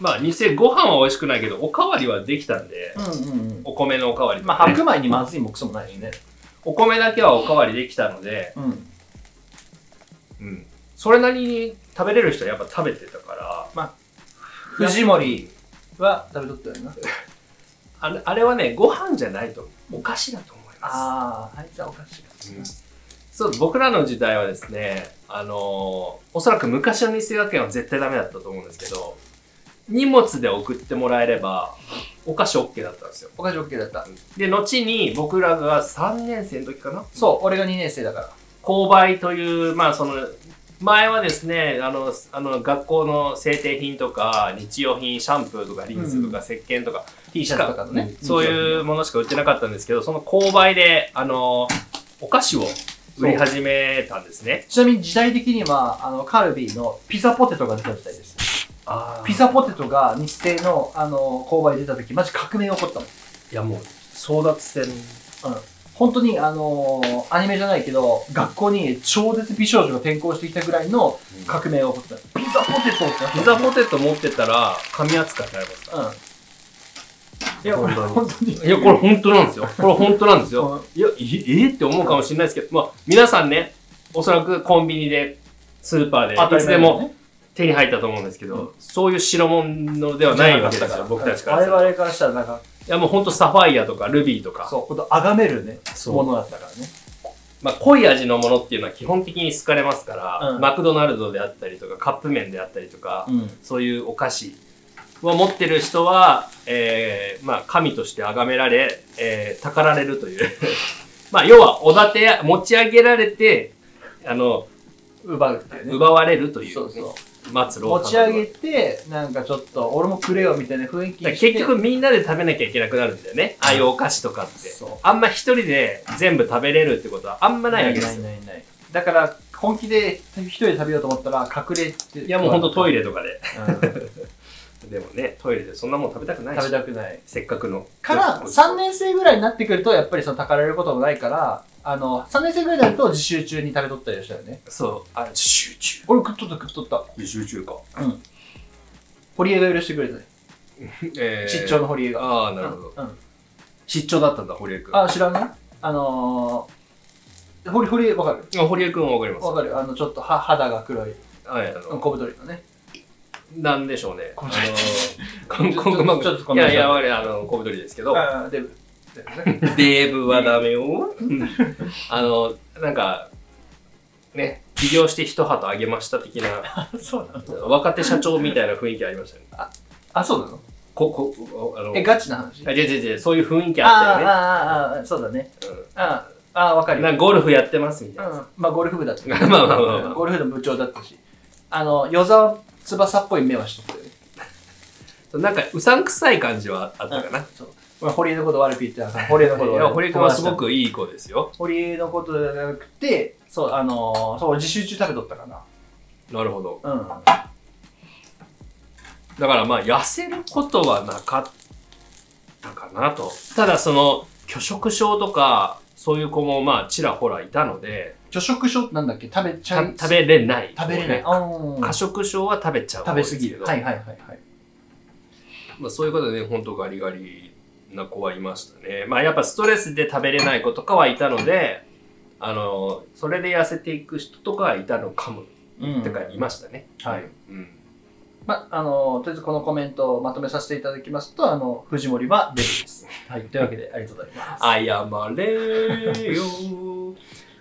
Speaker 1: まあ日清ご飯は美味しくないけどおかわりはできたんで、
Speaker 2: うんうんうん。
Speaker 1: お米のおかわりと
Speaker 2: ま
Speaker 1: か
Speaker 2: あ
Speaker 1: ね、
Speaker 2: 白米にまずいもクソもないよね。
Speaker 1: お米だけはおかわりできたので
Speaker 2: うん。
Speaker 1: うん、それなりに食べれる人はやっぱ食べてたから、
Speaker 2: 藤森は食べとったよな。
Speaker 1: あれあれはね、ご飯じゃないと思う、お菓子だと思いま
Speaker 2: ああ、はい、じゃあおかしい。
Speaker 1: す。うんそう僕らの時代はですね、あのーおそらく昔の日清学園は絶対ダメだったと思うんですけど、荷物で送ってもらえれば、お菓子 OK だったんですよ。
Speaker 2: お菓子 OK だった。
Speaker 1: で、後に僕らが3年生の時かな
Speaker 2: そう、俺が2年生だから。
Speaker 1: 購買という、まあその、前はですね、あの、あの学校の制定品とか、日用品、シャンプーとか、リンスとか、石鹸とか、
Speaker 2: T シャツとかのね。
Speaker 1: そういうものしか売ってなかったんですけど、その購買で、あの、お菓子を売り始めたんですね。
Speaker 2: ちなみに時代的には、あの、カルビーのピザポテトが出た時代です。ピ
Speaker 1: ピザ
Speaker 2: ザポテトが日程の、あの、購買で出た時、マジ革命起こったも
Speaker 1: い
Speaker 2: ん。
Speaker 1: やもう、争奪戦。
Speaker 2: 本当に、あのーアニメじゃないけど、学校に超絶美少女が転校してきたぐらいの革命が起こった。ピザポテトってなった
Speaker 1: ピザポテト持ってたら、紙扱いされますか
Speaker 2: うん。いや、これ本当に。
Speaker 1: ら。いや、これ本当なんですよ。これ本当なんですよ。
Speaker 2: うん
Speaker 1: いや、ええって思うかもしれないですけど、まあ、皆さんね、おそらくコンビニで、スーパーで、
Speaker 2: 当た
Speaker 1: い
Speaker 2: り
Speaker 1: つ
Speaker 2: 前
Speaker 1: で
Speaker 2: だよ
Speaker 1: も
Speaker 2: ね
Speaker 1: 手に入ったと思うんですけど、そういう代物ではないわけですよ、僕たちからす
Speaker 2: 我
Speaker 1: ると。
Speaker 2: 々からしたら、なんか、
Speaker 1: いや、もう本当サファイアとかルビーとか、
Speaker 2: そう、ほんと、あがめるね、
Speaker 1: そう
Speaker 2: ものだったからね。
Speaker 1: まあ、濃い味のものっていうのは基本的に好かれますから、
Speaker 2: うん
Speaker 1: マクドナルドであったりとかカップ麺であったりとか、
Speaker 2: うん。
Speaker 1: そういうお菓子を持ってる人は、えーまあ、神として崇められ、えーたかられるという まあ要はおだてや持ち上げられてあの
Speaker 2: 奪うっていうね。
Speaker 1: 奪われるという,、
Speaker 2: そうそう。
Speaker 1: 末路を
Speaker 2: 持ち上げて、なんかちょっと、俺もくれよみたいな雰囲気
Speaker 1: だか
Speaker 2: に
Speaker 1: ら
Speaker 2: して。
Speaker 1: 結局みんなで食べなきゃいけなくなるんだよねああいうお菓子とかって
Speaker 2: そう
Speaker 1: あんま一人で全部食べれるってことはあんまないわけで
Speaker 2: な
Speaker 1: す
Speaker 2: い
Speaker 1: よ
Speaker 2: ないない。だから、本気で一人で食べようと思ったら、隠れて。
Speaker 1: いやもうほんとトイ
Speaker 2: レ。
Speaker 1: レとかで
Speaker 2: 食
Speaker 1: でもね、トイレでそんなもん食べたくないし
Speaker 2: べ、たくない。
Speaker 1: せっかくの。
Speaker 2: から、3年生ぐらいになってくると、やっぱりその、たかられることもないから、あの、3年生ぐらいになると、自習中に食べとったりしたよね。
Speaker 1: そう、あ、集中。
Speaker 2: 俺食っとった食っとった。
Speaker 1: 集中か。
Speaker 2: うん。堀江が許してくれたね。
Speaker 1: え
Speaker 2: 出張の堀江が。
Speaker 1: ああ、なるほど。
Speaker 2: うんうん。
Speaker 1: 出張だったんだ、堀江くん。あ、
Speaker 2: あ、知らないあのー、堀、堀江わかる
Speaker 1: 堀江くんはわかります。
Speaker 2: わかるあの、ちょっとは肌が黒い、
Speaker 1: はい、あの、
Speaker 2: 小太りのね。
Speaker 1: なんでしょうね。
Speaker 2: 小
Speaker 1: あ
Speaker 2: 太り
Speaker 1: の、こんこんま
Speaker 2: ちょっとちょっと
Speaker 1: いやいや、我々、あの、小太りですけど、
Speaker 2: あーデブ。デブね
Speaker 1: デーブはダメよ。あの、なんか、ね、起業して一旗あげました的な、
Speaker 2: そうなの
Speaker 1: 若手社長みたいな雰囲気ありましたね。
Speaker 2: あ、そうなの
Speaker 1: こ、こ、あの、
Speaker 2: え、ガチな話
Speaker 1: あ違う違う違う、そういう雰囲気
Speaker 2: あ
Speaker 1: あったよね。
Speaker 2: あ、ああ、ああ、そうだね。
Speaker 1: うん
Speaker 2: ああ、ああ、わかるよ。
Speaker 1: な
Speaker 2: うんん
Speaker 1: かゴルフやってますみたいな。
Speaker 2: まあ、ゴルフ部だっ た。
Speaker 1: まあまあまあまあ
Speaker 2: ゴルフの部長だったし。あの、与沢翼っぽい目はしとったよね。
Speaker 1: なんかうさんくさい感じはあったかな。
Speaker 2: そう。俺、堀江のこと悪く言ってなかった。堀江のこと
Speaker 1: い
Speaker 2: 悪
Speaker 1: や
Speaker 2: く
Speaker 1: 堀江君はすご。くいい子ですよ。
Speaker 2: 堀江のことじゃなくて、そう、あのー、そう、自習中食べとったかな。
Speaker 1: なるほど。
Speaker 2: うん。
Speaker 1: だからまあ痩せることはなかったかなと。ただその拒食症とかそういう子もまあちらほらいたので、
Speaker 2: 拒食症ってなんだっけ食べちゃ
Speaker 1: た
Speaker 2: う
Speaker 1: 食べれない。
Speaker 2: 食べれない。
Speaker 1: こ
Speaker 2: あ
Speaker 1: うね過
Speaker 2: ー
Speaker 1: 食症は食べちゃう方
Speaker 2: 食
Speaker 1: で
Speaker 2: べ
Speaker 1: す
Speaker 2: 過
Speaker 1: け
Speaker 2: ぎ
Speaker 1: ど。
Speaker 2: る。はいはいはいはい。
Speaker 1: まあ、そういうことでね、本当ガリガリな子はいましたね。まあやっぱストレスで食べれない子とかはいたので、あの、それで痩せていく人とかはいたのかも。
Speaker 2: うん
Speaker 1: てか、いましたね。
Speaker 2: はい。
Speaker 1: うん。
Speaker 2: ま、あの、とりあえずこのコメントをまとめさせていただきますと、あの、藤森はデブです。はい。というわけで、ありがとうございます。
Speaker 1: 謝 れよ。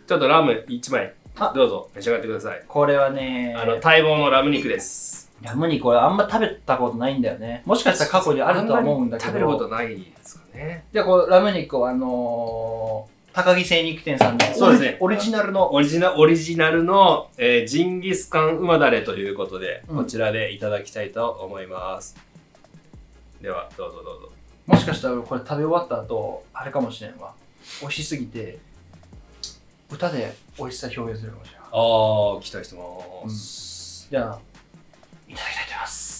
Speaker 1: ちょっとラム1枚
Speaker 2: あ、
Speaker 1: どうぞ召し上がってください。
Speaker 2: これはね、
Speaker 1: あの、待望のラム肉です。
Speaker 2: ラム肉これあんま食べたことないんだよね。もしかしたら過去にあるとは思うんだけど。
Speaker 1: 食べることないですかね。
Speaker 2: じゃあこう、ラム肉をあのー高木精肉店さんの
Speaker 1: そうですね
Speaker 2: オリオリジナルの、
Speaker 1: オリジナオリジナルの、えージンギスカン馬だれということで、
Speaker 2: うん
Speaker 1: こちらでいただきたいと思います。では、どうぞどうぞ。
Speaker 2: もしかしたらこれ食べ終わった後、あれかもしれんわ。美味しすぎて、歌で美味しさ表現するかもしれない。
Speaker 1: ああ、期待してます。
Speaker 2: じゃあ、いただきたいと思います。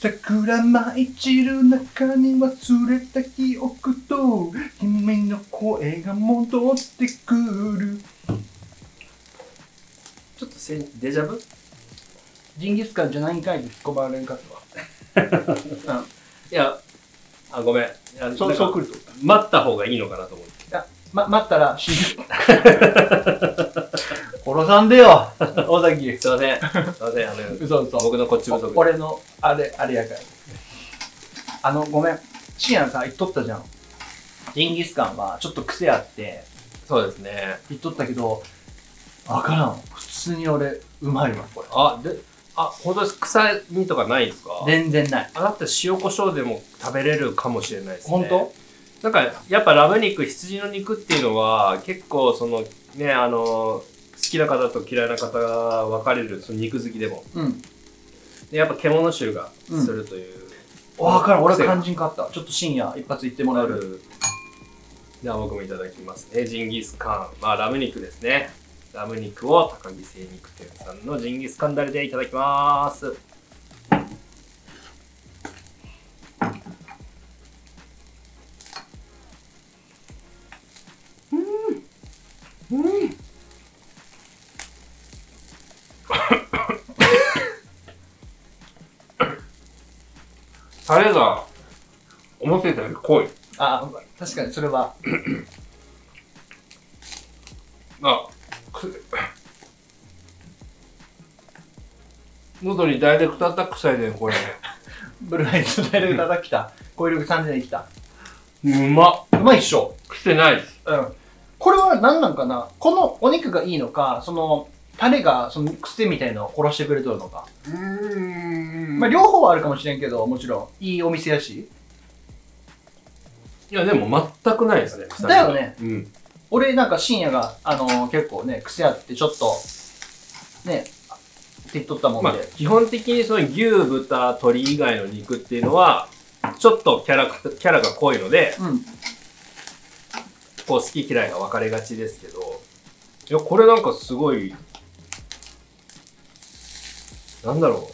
Speaker 2: 桜舞い散る中に忘れた記憶と君の声が戻ってくる
Speaker 1: ちょっとせんデジャブ
Speaker 2: ジンギスカンじゃないんかいって引っ込まれんかったわ、
Speaker 1: いや、あ、ごめん。いや
Speaker 2: うん、そ
Speaker 1: な
Speaker 2: うん
Speaker 1: か
Speaker 2: そうくると
Speaker 1: 待った方がいいのかなと思って。
Speaker 2: ま待ったら死ぬ 殺さんでよ尾崎
Speaker 1: すいません。すいません。あの、
Speaker 2: 嘘嘘
Speaker 1: 僕のこっち不足。
Speaker 2: 俺のあれあれやからあのごめんシアンさ言っとったじゃんジンギスカンはちょっと癖あって
Speaker 1: そうですね。
Speaker 2: 言っとったけど分からん普通に俺うまいわこれ
Speaker 1: あ、で、あ、本当です臭みとかないですか
Speaker 2: 全然ない
Speaker 1: あだって塩コショウでも食べれるかもしれないですね。
Speaker 2: 本当
Speaker 1: なんか、やっぱラム肉、羊の肉っていうのは、結構その、ね、あの、好きな方と嫌いな方が分かれる、その肉好きでも。
Speaker 2: うん
Speaker 1: で、やっぱ獣臭がするという、
Speaker 2: 分からん俺は
Speaker 1: 癖が
Speaker 2: 肝心かったちょっと深夜一発言ってもら
Speaker 1: あ
Speaker 2: える
Speaker 1: る。じゃあ僕もいただきますね。ジンギスカン。まあラム肉ですね。ラム肉を高木精肉店さんのジンギスカンダレでいただきます。 タレが思ってたより濃い。
Speaker 2: あ確かにそれは
Speaker 1: あ、く喉にダイレクトアタックされてるこれ。
Speaker 2: ブルーライトダイレクト叩きた語彙力3000できた
Speaker 1: うまっ。
Speaker 2: うまいっしょ
Speaker 1: 癖ないです。
Speaker 2: うんこれは何なんかなこのお肉がいいのかそのタレがその癖みたいのを殺してくれとるのか、
Speaker 1: うーん
Speaker 2: まあ両方はあるかもしれんけどもちろんいいお店やし
Speaker 1: いや、でも全くないですね。臭み
Speaker 2: だよね。
Speaker 1: うん。
Speaker 2: 俺なんか深夜が、あのー結構ね癖あってちょっとねって言っとったもん
Speaker 1: ま
Speaker 2: で、
Speaker 1: あ、基本的にその牛、豚、鶏以外の肉っていうのは、ちょっとキャラクター、キャラが濃いので、
Speaker 2: うん
Speaker 1: こう好き嫌いが分かれがちですけど、いや、これなんかすごい、なんだろ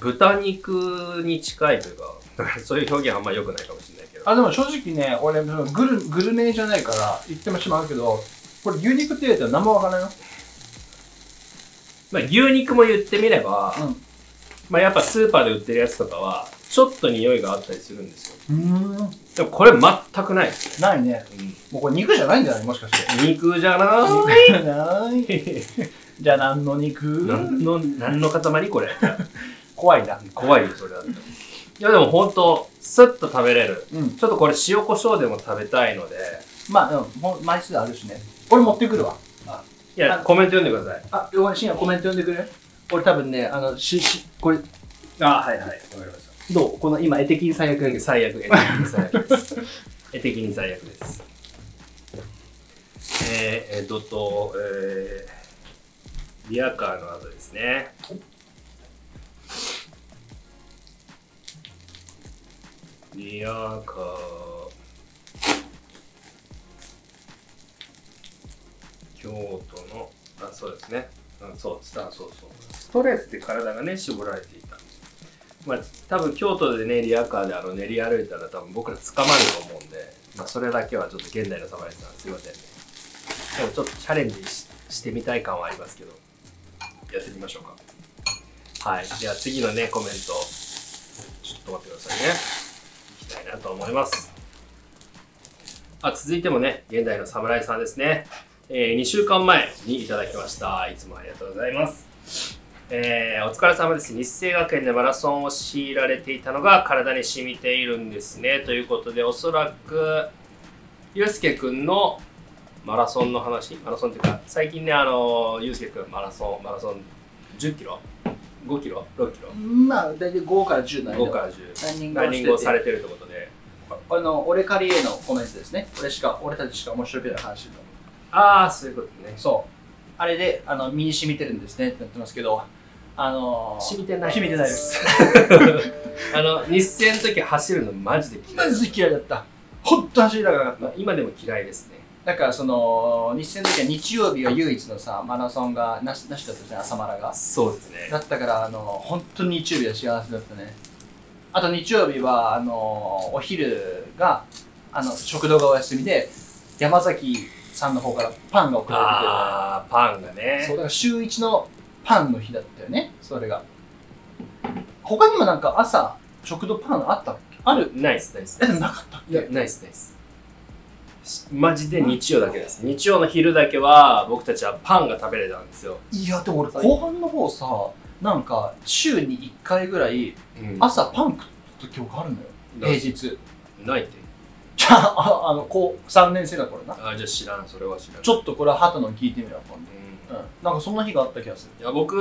Speaker 1: う。豚肉に近いというか、だから そういう表現あんま良くないかもしれないけど。
Speaker 2: あでも正直ね俺そのグルグルメじゃないから言ってもしまうけどこれ牛肉って言うと何もわからんよ
Speaker 1: まあ、牛肉も言ってみれば、
Speaker 2: うん
Speaker 1: まあ、やっぱスーパーで売ってるやつとかは、ちょっと匂いがあったりするんですよ。
Speaker 2: うん
Speaker 1: でもこれ全くないですね。
Speaker 2: ないねもうこれ肉じゃないんじゃないもしかして
Speaker 1: 肉じゃな
Speaker 2: 肉じゃない じゃあ何の
Speaker 1: い
Speaker 2: 肉
Speaker 1: 何の、何の塊これ。
Speaker 2: 怖いな
Speaker 1: 怖いよ、それだって。いや、でも本当スッと食べれる。
Speaker 2: うん
Speaker 1: ちょっとこれ塩コショウでも食べたいので、
Speaker 2: まあ、うん、もう枚数あるしね俺持ってくるわ
Speaker 1: いや、コメント読んでください。
Speaker 2: あよ深夜コメント読んでくれ俺多分ねあのししこれ
Speaker 1: あ、はいはい。わかりまし
Speaker 2: どうこの今絵的に最悪やけ
Speaker 1: た。
Speaker 2: ど
Speaker 1: 最悪、絵的に最悪です。絵的に最悪です。えー、えっとと、えー、リアカーの後ですね。リアカー。京都の、あ、そうですね。うん、そう、スタそうそう。ストレスで体がね、絞られていた。まあ、多分京都でね、リアカーであの練り歩いたら多分僕ら捕まると思うんで、まあ、それだけはちょっと現代のサバイさん、すいませんね。でもちょっとチャレンジししてみたい感はありますけど、やってみましょうか。はい。では次のね、コメント、ちょっと待ってくださいね。いきたいなと思います。あ、続いてもね、現代の侍さんですね。え2週間前にいただきました。いつもありがとうございます。えーお疲れ様です。日清学園でマラソンを強いられていたのが体に染みているんですね。ということで、おそらく、ゆうすけくんのマラソンの話、マラソンっていうか、最近ね、あの、ゆうすけくんマラソン、マラソン10キロ ?5 キロ ?6 キロ
Speaker 2: まあ、大体5から10の間。
Speaker 1: ?5 から10。
Speaker 2: ランニング
Speaker 1: ラン
Speaker 2: を
Speaker 1: ニ
Speaker 2: し
Speaker 1: ン
Speaker 2: て
Speaker 1: グを
Speaker 2: て
Speaker 1: されてるってことで。
Speaker 2: あの、俺カリへのコメントですね。俺しか、俺たちしか面白くない話だと
Speaker 1: ああ、そういうことね。
Speaker 2: そう。あれで、あの、身に染みてるんですねってなってますけど、あのー、
Speaker 1: 染みてない。
Speaker 2: 染みてないです。
Speaker 1: あの、日清の時走るのマジで嫌
Speaker 2: マ
Speaker 1: い。
Speaker 2: ジで嫌いだった。ほんと走りたくなかった。
Speaker 1: 今でも嫌いですね。
Speaker 2: だからその、日清の時は日曜日が唯一のさ、マラソンがなしなしだったじゃん、朝マラが。
Speaker 1: そうですね。
Speaker 2: だったから、あの、本当に日曜日は幸せだったね。あと日曜日は、あの、お昼が、あの、食堂がお休みで、山崎さんの方からパンが送られてくる。
Speaker 1: ああ、パンがね。
Speaker 2: そうだから週一のパンの日だったよねそれが他にもなんか朝食堂パンあったっけある
Speaker 1: ないです、ないです。
Speaker 2: えでもなかったっ
Speaker 1: いや
Speaker 2: け、
Speaker 1: ないです、ないです。しマジで日曜だけです。日曜の昼だけは、僕たちはパンが食べれたんですよ。
Speaker 2: いやでも俺後半の方さなんか週に1回ぐらい
Speaker 1: うん
Speaker 2: 朝パン食った記憶あるのよ
Speaker 1: な
Speaker 2: 平日
Speaker 1: ないって。
Speaker 2: じゃあああ のこう3年生だからな
Speaker 1: ああ、じゃあ知らん、それは知らん。
Speaker 2: ちょっとこれは鳩の聞いてみよう今
Speaker 1: うん
Speaker 2: 度うんなんかそんな日があった気がする
Speaker 1: いや僕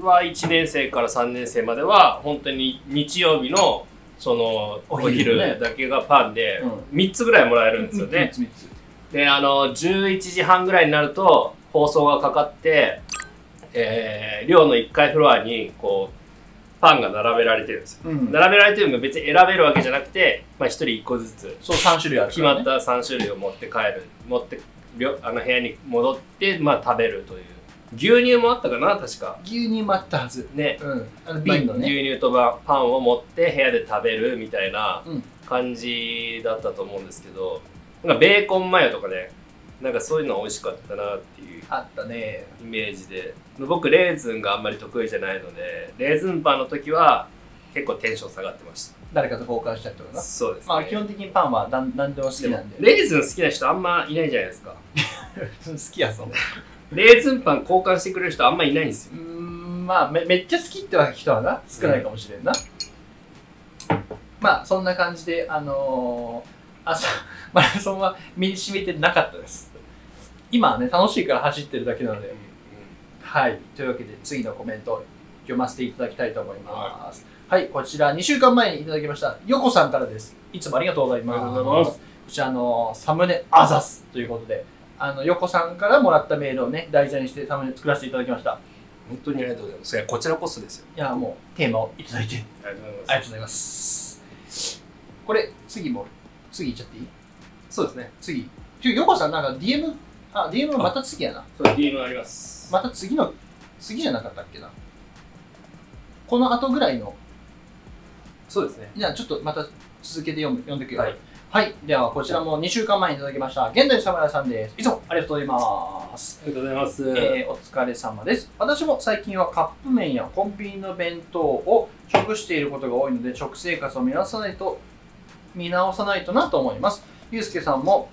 Speaker 1: は1年生から3年生までは、本当に日曜日の、その、お
Speaker 2: お
Speaker 1: 昼
Speaker 2: 昼ね
Speaker 1: だけがパンで
Speaker 2: うん、
Speaker 1: 3つぐらいもらえるんですよね
Speaker 2: 3。つ3つ
Speaker 1: であの11時半ぐらいになると放送がかかって、えー寮の1階フロアにこうパンが並べられてるんですよ
Speaker 2: うん
Speaker 1: 並べられてるのが別に選べるわけじゃなくて、まあ、1人1個ずつ
Speaker 2: そう3種類ある
Speaker 1: 決
Speaker 2: から
Speaker 1: まっ
Speaker 2: ね
Speaker 1: た3種類を持って帰る持って寮あの部屋に戻って、まあ、食べるという牛乳もあったかな確か
Speaker 2: 牛乳もあったはず
Speaker 1: ね
Speaker 2: うんあの瓶
Speaker 1: ま
Speaker 2: の
Speaker 1: あ
Speaker 2: ね
Speaker 1: 牛乳とパンパンを持って部屋で食べるみたいな
Speaker 2: うん
Speaker 1: 感じだったと思うんですけどなんかベーコンマヨとかねなんかそういうのは美味しかったなっていう
Speaker 2: あったね
Speaker 1: イメージで僕レーズンがあんまり得意じゃないのでレーズンパンの時は結構テンション下がってまし
Speaker 2: 誰かと交換したりとか
Speaker 1: た
Speaker 2: な。
Speaker 1: そうですね、
Speaker 2: まあ基本的にパンは何何でも好きなんで。
Speaker 1: レーズン好きな人あんまいないじゃないですか
Speaker 2: 好きやぞ。
Speaker 1: レーズンパン交換してくれる人あんまいないんです
Speaker 2: う
Speaker 1: よ
Speaker 2: ーん、まあめめっちゃ好きってわけ人はな、少ないかもしれんな。まあそんな感じで、あのー朝、 マラソンは身に染みてなかったです。今はね、楽しいから走ってるだけなので。はい。というわけで、次のコメントを読ませていただきたいと思います。はい、こちら、2週間前にいただきました、ヨコさんからです。いつもありがとうございます。
Speaker 1: ありがとうございます
Speaker 2: こちら、あの、サムネアザスということで、あの、ヨコさんからもらったメールをね、題材にしてサムネ作らせていただきました。
Speaker 1: 本当にありがとうございますいやこちらこそですよ
Speaker 2: いや、もう、テーマをいただいて、
Speaker 1: ありがとうご
Speaker 2: ありがとうございます。これ、次も、次いっちゃっていい
Speaker 1: そうですね
Speaker 2: 次。ちょヨコさん、なんか DM、あ、DM また次やな。
Speaker 1: そう DM あります
Speaker 2: また次の、次じゃなかったっけな。この後ぐらいの
Speaker 1: そうですね
Speaker 2: じゃあちょっとまた続けて読む読んでいくよ。
Speaker 1: は
Speaker 2: はいい。ではこちらも2週間前にいただきました、現代侍さんです。いつもありがとうございます。
Speaker 1: ありがとうございます、
Speaker 2: えーお疲れ様です。私も最近はカップ麺やコンビニの弁当を食していることが多いので、食生活を見直さないと、見直さないとなと思います。ゆうすけさんも、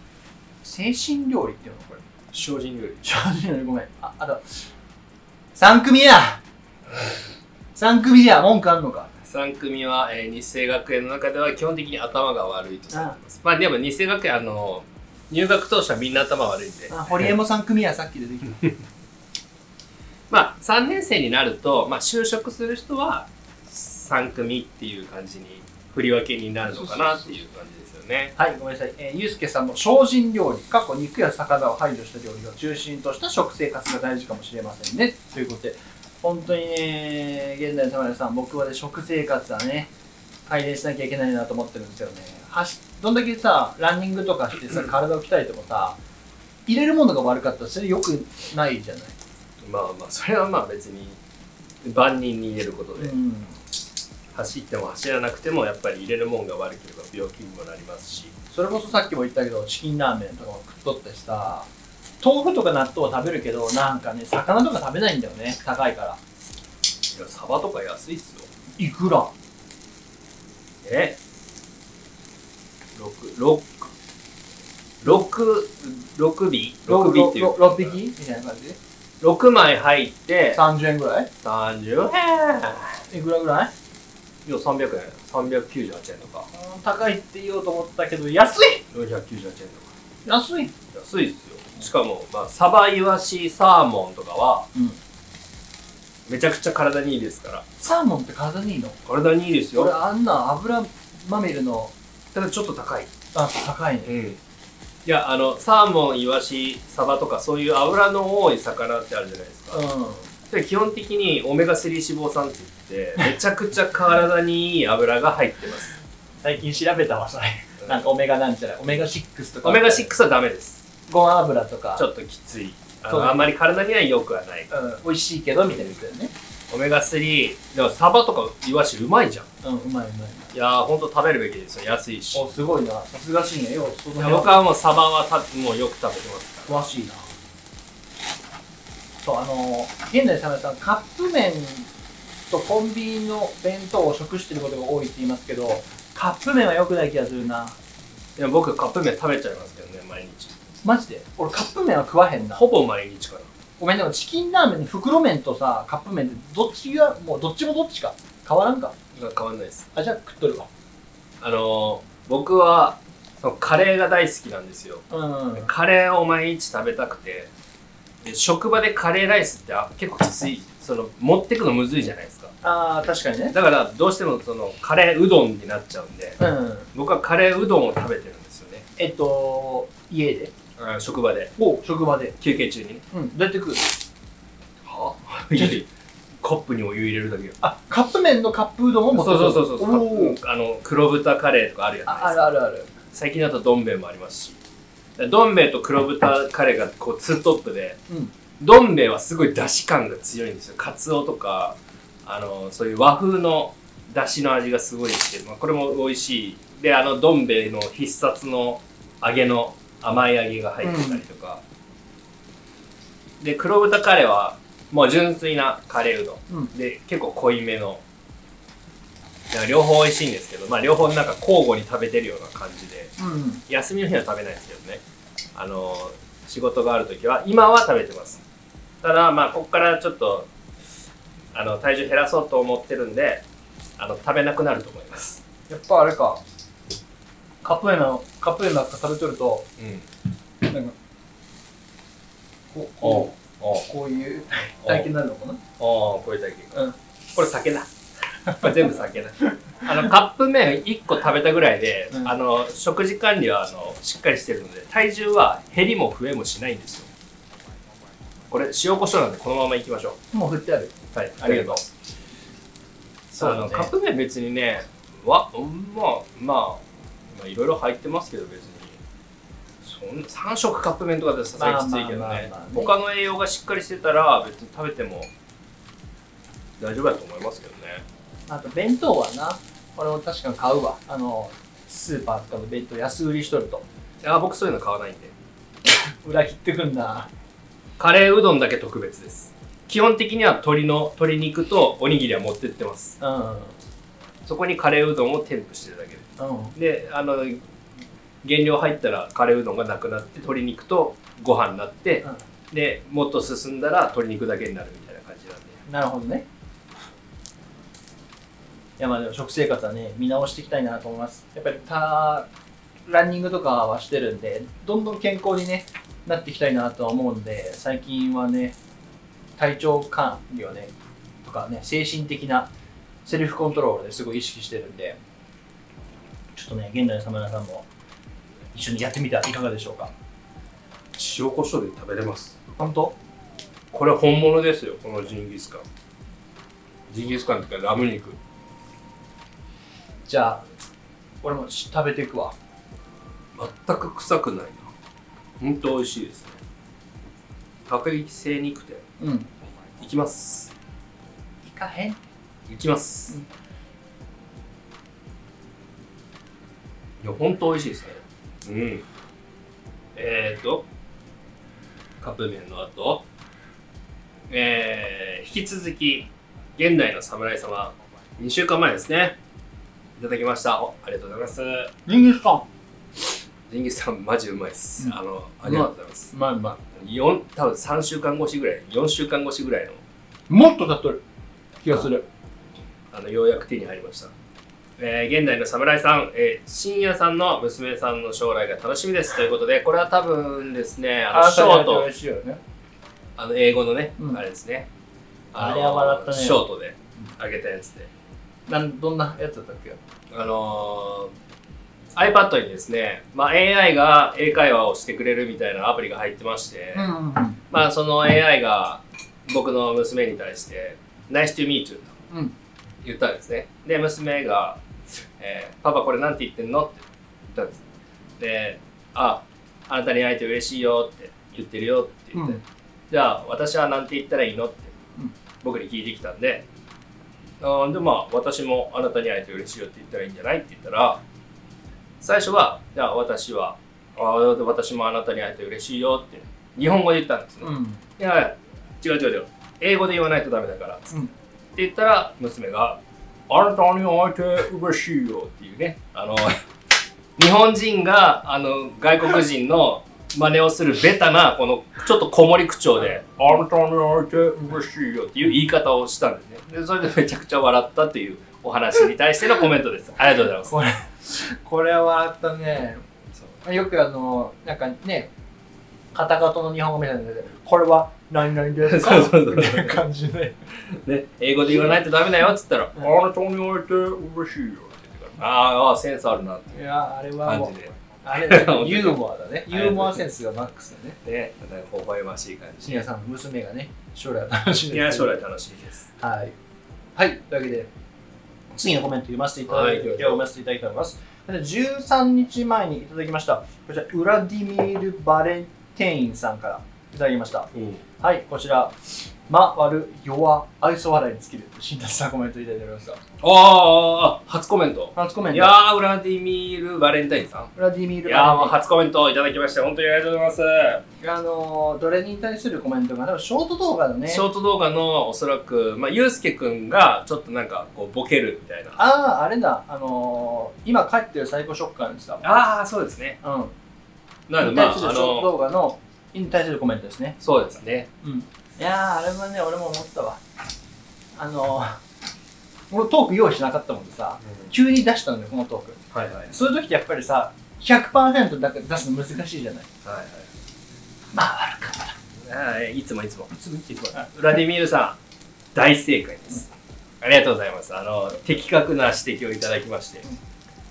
Speaker 2: 精神料理っていうのこれ。
Speaker 1: 精進料理
Speaker 2: 正直にごめん。あ、あと、3組や !3 組や文句あんのか。
Speaker 1: 3組は、えー日清学園の中では基本的に頭が悪いとされてますまあでも日清学園あの入学当初はみんな頭悪いんで
Speaker 2: あ、堀江も3組や、さっき出てきた。
Speaker 1: まあ3年生になると、まあ、就職する人は3組っていう感じに振り分けになるのかなっていう感じですよね
Speaker 2: はい、ごめんなさい。えー、ゆうすけさんも精進料理、過去肉や魚を排除した料理を中心とした食生活が大事かもしれませんね。ということで、本当にね、現代の侍さん、僕はね、食生活はね、改善しなきゃいけないなと思ってるんですよね足どんだけさランニングとかしてさ体を鍛えてもさ入れるものが悪かったらそれ良くないじゃない、
Speaker 1: まあまあそれはまあ別に万人に入れることで、
Speaker 2: うん、
Speaker 1: 走っても走らなくてもやっぱり入れるもんが悪ければ病気にもなりますし
Speaker 2: それこそさっきも言ったけどチキンラーメンとかも食っとってさ豆腐とか納豆は食べるけどなんかね魚とか食べないんだよね高いから
Speaker 1: いやサバとか安いっすよ
Speaker 2: いくら
Speaker 1: え六六六六尾六尾っていう
Speaker 2: ろろろ6匹みたいな感じで
Speaker 1: 六枚入って
Speaker 2: 30円ぐらい
Speaker 1: 三十円いや
Speaker 2: いくらぐらい
Speaker 1: 三百円三百九十八円とか
Speaker 2: うん高いって言おうと思ったけど安い
Speaker 1: 四百九十八円と
Speaker 2: 安い
Speaker 1: か安いっすよしかもまあサバイワシサーモンとかは、
Speaker 2: うん
Speaker 1: めちゃくちゃ体にいいですから
Speaker 2: サーモンって体にいいの
Speaker 1: 体にいいですよ
Speaker 2: 俺あんな油まみれの
Speaker 1: ただちょっと高い
Speaker 2: あ高いね
Speaker 1: うんいやあのサーモンイワシサバとかそういう脂の多い魚ってあるじゃないですか、
Speaker 2: う
Speaker 1: で基本的にオメガ3脂肪酸って言ってめちゃくちゃ体にいい油が入ってます、
Speaker 2: ん最近調べたわそれ
Speaker 1: うん
Speaker 2: なんかオメガなんちゃらオメガ6とか
Speaker 1: オメガ6はダメです
Speaker 2: ごま油とか
Speaker 1: ちょっときついあ
Speaker 2: そう
Speaker 1: のあんまり体には良くはない
Speaker 2: うん、美味しいけどみたいなやつだよね
Speaker 1: オメガ3でもサバとかイワシうまいじゃん
Speaker 2: うんうまいうまい
Speaker 1: いやーほんと食べるべきですよ安いし
Speaker 2: おすごいなさすが深夜よその
Speaker 1: いや
Speaker 2: 辺
Speaker 1: 僕はもうサバはたもうよく食べてますか
Speaker 2: 詳しいなそうあの現代サムさんカップ麺とコンビニの弁当を食してることが多いって言いますけどカップ麺は良くない気がするな
Speaker 1: らいや僕カップ麺食べちゃいますけどね毎日
Speaker 2: マジで俺カップ麺は食わへんな
Speaker 1: ほぼ毎日かな
Speaker 2: ごめんでもチキンラーメンに袋麺とさカップ麺ってどっちがもうどっちもどっちか変わらんか
Speaker 1: だから変わんないです
Speaker 2: あじゃあ食っとるわ
Speaker 1: あのー僕はそのカレーが大好きなんですよ
Speaker 2: うん
Speaker 1: カレーを毎日食べたくてで職場でカレーライスってあ結構きついその持ってくのむずいじゃないですか
Speaker 2: あー確かにね
Speaker 1: だからどうしてもそのカレーうどんになっちゃうんで
Speaker 2: うん
Speaker 1: 僕はカレーうどんを食べてるんですよね
Speaker 2: えっと家で
Speaker 1: あ職場で
Speaker 2: お職場で
Speaker 1: 休憩中にね
Speaker 2: うんどうやって食う
Speaker 1: はあ いやいやカップにお湯入れるだけよ
Speaker 2: あカップ麺のカップうどんを持
Speaker 1: そう
Speaker 2: ってくる
Speaker 1: そうそうそうカ
Speaker 2: おー
Speaker 1: ップあの黒豚カレーとかあるじゃ
Speaker 2: あ
Speaker 1: な
Speaker 2: あ
Speaker 1: いです
Speaker 2: る
Speaker 1: か
Speaker 2: あるある
Speaker 1: 最近だとどん兵衛もありますしどん兵衛と黒豚カレーがこうツートップで
Speaker 2: うん
Speaker 1: どん兵衛はすごい出汁感が強いんですよカツオとかあのそういう和風の出汁の味がすごいして、まあ、これも美味しいであのどん兵衛の必殺の揚げの甘い揚げが入ってたりとか、で黒豚カレーはもう純粋なカレーうどん
Speaker 2: うん
Speaker 1: で結構濃いめのだから両方美味しいんですけど、まあ、両方なんか交互に食べてるような感じで
Speaker 2: うん
Speaker 1: 休みの日は食べないですけどねあの仕事がある時は今は食べてますただまあここからちょっとあの体重減らそうと思ってるんであの食べなくなると思います
Speaker 2: やっぱあれかカップ麺のカップ麺ばっか食べとると
Speaker 1: うん
Speaker 2: なんかこうこ
Speaker 1: おう
Speaker 2: うこういう
Speaker 1: お
Speaker 2: 体験になるのかな
Speaker 1: おうこういう体験
Speaker 2: うん
Speaker 1: これ酒だこれ全部酒だ あのカップ麺1個食べたぐらいで、
Speaker 2: うん
Speaker 1: あの食事管理はあのしっかりしてるので体重は減りも増えもしないんですよこれ塩コショウなんでこのままいきましょ
Speaker 2: もう振ってある
Speaker 1: うはいありがとう
Speaker 2: そうだね
Speaker 1: あのカップ麺別にねわうんまあまあまあいろいろ入ってますけど別にそんな3食カップ麺とかでさすがにきついけど
Speaker 2: まあまあまあ
Speaker 1: ね
Speaker 2: まあね
Speaker 1: 他の栄養がしっかりしてたら別に食べても大丈夫だと思いますけどね
Speaker 2: あと弁当はな俺も確かに買うわあのスーパーとかの弁当安売りしとると
Speaker 1: いや僕そういうの買わないんで
Speaker 2: 裏切ってくんな
Speaker 1: カレーうどんだけ特別です基本的には鶏の鶏肉とおにぎりは持ってってます
Speaker 2: うん
Speaker 1: そこにカレーうどんを添付してるだけ
Speaker 2: うん
Speaker 1: でであの原料入ったらカレーうどんがなくなって鶏肉とご飯になって、でもっと進んだら鶏肉だけになるみたいな感じなんで
Speaker 2: なるほどね。いやまあでも食生活はね、見直していきたいなと思います。やっぱりたランニングとかはしてるんで、どんどん健康に、ね、なっていきたいなとは思うんで、最近はね、体調管理をね、とかね、精神的なセルフコントロールですごい意識してるんで、ちょっとね、現代の侍さんも一緒にやってみてはいかがでしょうか。
Speaker 1: 塩コショウで食べれます
Speaker 2: 本当
Speaker 1: これ本物ですよこのジンギスカンジンギスカンっていうかラム肉
Speaker 2: じゃあ、俺もし食べていくわ。
Speaker 1: 全く臭くないなほんと美味しいですね角力精肉店
Speaker 2: うん。
Speaker 1: 行きます
Speaker 2: いかへん。
Speaker 1: 行きます、
Speaker 2: うん
Speaker 1: いやほんと美味しいですねうんえーとカップ麺の後えー、引き続き現代の侍様2週間前ですねいただきましたおありがとうございます
Speaker 2: ジンギスカン。
Speaker 1: ジンギスカンマジうまいです、
Speaker 2: うん
Speaker 1: あのありがとうございます、
Speaker 2: うまいうま
Speaker 1: 四多分3週間越しぐらい4週間越しぐらいの
Speaker 2: い。もっと経っとる気がする。
Speaker 1: あのようやく手に入りました、えー現代の侍さん、えー、深夜さんの娘さんの将来が楽しみですということでこれは多分ですねあのショー
Speaker 2: と
Speaker 1: ト
Speaker 2: 美味しいよね。
Speaker 1: あの英語のね、
Speaker 2: うん
Speaker 1: あれですね
Speaker 2: あれは笑ったね
Speaker 1: ショートであげたやつで
Speaker 2: なんどんなやつだったっけ
Speaker 1: あのー iPad にですね、まあ、AI が英会話をしてくれるみたいなアプリが入ってまして、
Speaker 2: ん
Speaker 1: まあその AI が僕の娘に対して「Nice to meet you」と
Speaker 2: うん。
Speaker 1: 言ったんですねで娘が、えーパパこれなんて言ってんの?」って言ったんですで「ああなたに会えて嬉しいよ」って言ってるよって言って、
Speaker 2: うん
Speaker 1: じゃあ私はなんて言ったらいいのって
Speaker 2: うん
Speaker 1: 僕に聞いてきたんで「あーでまあ私もあなたに会えて嬉しいよって言ったらいいんじゃない?」って言ったら最初は「じゃあ私はあー私もあなたに会えて嬉しいよ」って日本語で言ったんですね、
Speaker 2: うん。
Speaker 1: いやいや違う違う違う英語で言わないとダメだからって
Speaker 2: うん
Speaker 1: 言ったら娘が「あなたに会えて嬉しいよ」っていうねあの 日本人があの外国人 の真似をするベタなこのちょっと子守口調で「あなたに会えて嬉しいよ」っていう言い方をしたんですねでそれでめちゃくちゃ笑ったというお話に対してのコメントですありがとうございます
Speaker 2: これ、これは笑ったね。
Speaker 1: そう
Speaker 2: よくあの、なんかね、カタカタの日本語みたいなので、これは何々です か
Speaker 1: そうそうそう
Speaker 2: みたいな感じで。
Speaker 1: ね、英語で言わないとダメだよっつったら「あなたに会えて嬉しいよ」って言ってからあーあーセンスあるなって
Speaker 2: いやーあれは
Speaker 1: 感
Speaker 2: も
Speaker 1: じ
Speaker 2: う、
Speaker 1: で。
Speaker 2: あれだ ねユーモアだね。
Speaker 1: 当に
Speaker 2: ユーモアセンスがマックスだね。
Speaker 1: ね、なんか微笑ましい感
Speaker 2: 深夜さんの娘がね、将来は楽しみ
Speaker 1: じ。
Speaker 2: です
Speaker 1: いや、将来楽しいです。
Speaker 2: はい。はい、というわけで、次のコメント読ませていただいて、
Speaker 1: はい
Speaker 2: 読ませていただきたいと思います。13日前にいただきました、こちら、ウラディミール・バレンテインさんからいただきました。
Speaker 1: うん。
Speaker 2: はい、こちら、ま、わる、弱、愛想笑いに尽きる、新達さんコメントいただいておりました。
Speaker 1: あーあー、初コメント。
Speaker 2: 初コメン
Speaker 1: い
Speaker 2: ト。
Speaker 1: やー、ウラディミール・バレンタインさ
Speaker 2: ウラディミー
Speaker 1: ん。い
Speaker 2: ル・
Speaker 1: やー、もう
Speaker 2: バレン
Speaker 1: 初コメントいただきまして、本当にありがとうございま
Speaker 2: テイン。あのー、どれに対するコメントが、でもショート動画だね
Speaker 1: す。。ショート動画のおそらく、まあ、ゆうすけくんがちょっとなんかこうボケるみたいな。
Speaker 2: ああ、あれだ、あのー、今帰ってる最高ショッカーのやつだ。
Speaker 1: ああ、そうですね。
Speaker 2: うん。
Speaker 1: なので、
Speaker 2: に
Speaker 1: ま
Speaker 2: 対
Speaker 1: あ、
Speaker 2: する
Speaker 1: あ
Speaker 2: ショート
Speaker 1: の、
Speaker 2: 動画の、に対するコメントですね。
Speaker 1: そうですね。
Speaker 2: いやーあれはね俺も思ったわあのー、俺トーク用意しなかったもんでさ急に出したんだよこのトーク
Speaker 1: はいはい。はい
Speaker 2: そういう時ってやっぱりさ100%だけ出すの難しいじゃない
Speaker 1: はい。
Speaker 2: まあ悪かっ
Speaker 1: あーいつもいつも。
Speaker 2: たすぐってこ
Speaker 1: ウラディミールさん、大正解です。ありがとうございます。あの、的確な指摘をいただきまして、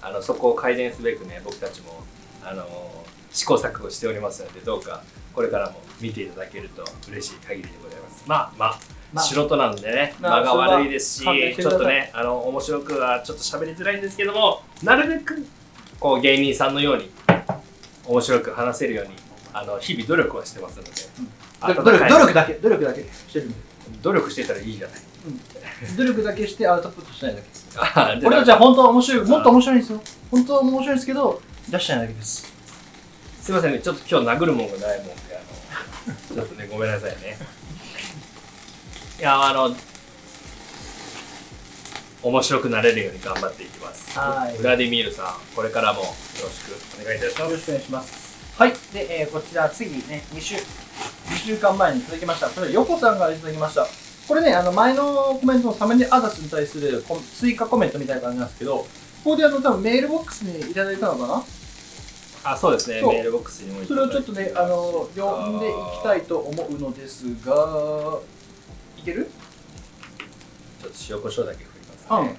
Speaker 1: あの、そこを改善すべくね、僕たちも、あの、試行錯誤しておりますので、どうか、これからも見ていただけると嬉しい限りでございます。まあ、まあ、
Speaker 2: まあ
Speaker 1: 素人なんでね、
Speaker 2: まあ
Speaker 1: 間が悪いですし、
Speaker 2: それは勘弁して
Speaker 1: ち
Speaker 2: く
Speaker 1: ょ
Speaker 2: だ
Speaker 1: っ
Speaker 2: さい
Speaker 1: とね、あの、面白くはちょっと喋りづらいんですけども、なるべく、こう、芸人さんのように、面白く話せるように、あの、日々努力はしてますので、
Speaker 2: 努
Speaker 1: 温か
Speaker 2: 力
Speaker 1: い
Speaker 2: 努力だけ努力だけしてるんで
Speaker 1: 努力してたらいいじゃない。
Speaker 2: 努力だけしてアウトプットしないだけ
Speaker 1: あ
Speaker 2: 俺たちは本当は面白い
Speaker 1: ん
Speaker 2: もっと面白いんですよ本当は面白いんですけど出してないだけです
Speaker 1: すいませんね、ちょっと今日殴るもんがないもんで、あの、ちょっとね、ごめんなさいね。いや、あの、面白くなれるように頑張っていきます。
Speaker 2: はい
Speaker 1: ウラディミールさん、これからもよろしくお願いいたし
Speaker 2: よ
Speaker 1: ま
Speaker 2: ろ
Speaker 1: す。
Speaker 2: しくお願いしますはいで、えーこちら次ね2週2週間前にいただきましたこれ横さんからいただきましたこれねあの前のコメントのサメでアダスに対するコ追加コメントみたいな感じなんですけどここであの多分メールボックスにいただいたのかな
Speaker 1: あ、そうですね、
Speaker 2: そう
Speaker 1: メールボックスにも
Speaker 2: それをちょっとねあの読んでいきたい
Speaker 1: ち
Speaker 2: と思うのですがいける
Speaker 1: ょっと塩コショウだけ振りますね。
Speaker 2: うん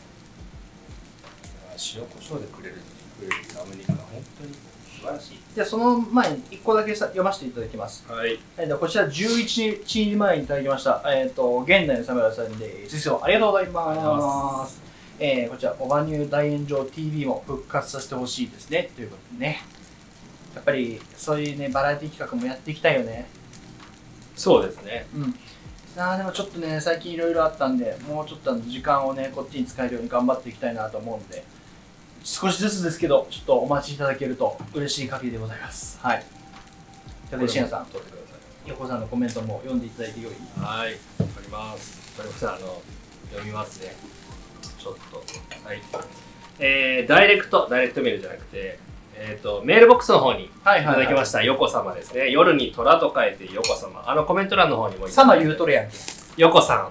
Speaker 1: あ塩コショウでくれる、くれるアメリカ、本当に素晴らしい。
Speaker 2: じゃあその前に1個だけさ読ませていただきます
Speaker 1: はい。
Speaker 2: えーとこちら11日前にいただきました、えー、と現代の侍さんで実はありがとうございます
Speaker 1: ありがとうございま
Speaker 2: えーこちら、オバニュー大炎上 TV も復活させてほしいですね、ということでね。やっぱり、そういうね、バラエティ企画もやっていきたいよね。
Speaker 1: そうですね。
Speaker 2: うん。あーでもちょっとね、最近いろいろあったんで、もうちょっとあの時間をね、こっちに使えるように頑張っていきたいなと思うんで、少しずつですけど、ちょっとお待ちいただけると嬉しい限りでございます。はい。ということで、しんやさん、
Speaker 1: 撮ってください。
Speaker 2: 横尾さんのコメントも読んでいただいてよい
Speaker 1: はい、わかります。わかりました。あの、読みますね。ちょっと。はい。えー、ダイレクト、ダイレクトメールじゃなくて、えっ、と、メールボックスの方にい
Speaker 2: はい
Speaker 1: ただきました、ヨコ様ですね。夜に虎と書いてヨコ様。あの、コメント欄の方にもいた
Speaker 2: サ
Speaker 1: だ
Speaker 2: マ
Speaker 1: いて
Speaker 2: 言うとるやんけ。
Speaker 1: ヨコさ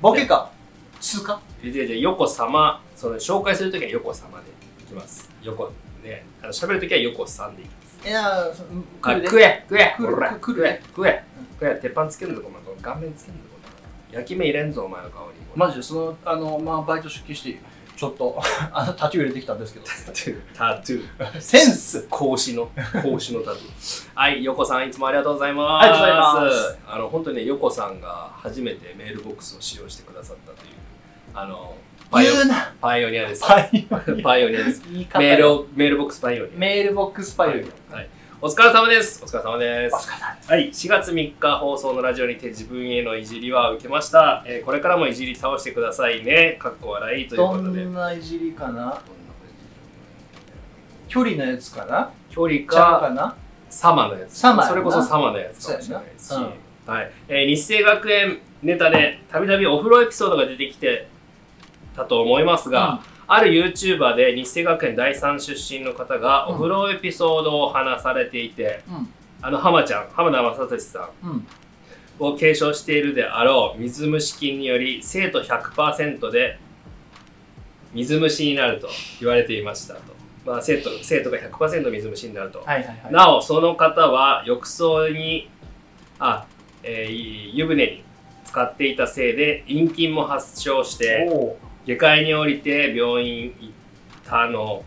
Speaker 2: ボケか、数か
Speaker 1: ん。じゃじゃヨコ様、その、紹介するときはヨコ様でいきます。ヨコ、ね、あの、喋るときはヨコさんでいきます。
Speaker 2: いやー、
Speaker 1: あ
Speaker 2: 来るで
Speaker 1: 食え食え
Speaker 2: 来る
Speaker 1: ほら
Speaker 2: 来る
Speaker 1: 食え食え食え鉄板つけるぞお前この顔面つけるぞこの焼き目入れんぞお前の顔に
Speaker 2: マジで、その、あの、まあ、バイト出勤して、ちょっと、 あの、タトゥー入れてきたんですけど。
Speaker 1: タトゥータトゥー
Speaker 2: センス
Speaker 1: 格子の格子のタトゥーはい横さんいつもありがとうございます
Speaker 2: ありがとうございます
Speaker 1: あの本当にね横さんが初めてメールボックスを使用してくださったというあのパイオ
Speaker 2: 言うな
Speaker 1: パイオニアです
Speaker 2: パイオニ
Speaker 1: パイオニアです
Speaker 2: ア言い方
Speaker 1: メールをメールボックスパイオニア
Speaker 2: メールボックスパイオニ
Speaker 1: はい、お疲れ様ですお疲れ様で
Speaker 2: ア。
Speaker 1: す
Speaker 2: お疲れ様です
Speaker 1: はい、4月3日放送のラジオにて自分へのいじりは受けました、えーこれからもいじり倒してくださいねかっこ笑いというこ
Speaker 2: ど
Speaker 1: とで
Speaker 2: んないじりかな距離のやつかな
Speaker 1: 距離
Speaker 2: ちゃうか
Speaker 1: か
Speaker 2: な
Speaker 1: サマのやつ
Speaker 2: サマやな
Speaker 1: それこそサマのやつかもしれないし、
Speaker 2: そうやな
Speaker 1: はいえー日生学園ネタでたびたびお風呂エピソードが出てきてたと思いますが、ある YouTuber で日生学園第3出身の方がお風呂エピソードを話されていて、
Speaker 2: うん、
Speaker 1: あの浜ちゃん浜田雅俊さん
Speaker 2: うん、
Speaker 1: を継承しているであろう水虫菌により生徒100%で水虫になると言われていましたと、まあ、生徒生徒が100%水虫になると、
Speaker 2: はいはいはい。
Speaker 1: なおその方は浴槽にあ、えー湯船に使っていたせいで陰菌も発症して
Speaker 2: おお
Speaker 1: 下界に降りて病院行ったの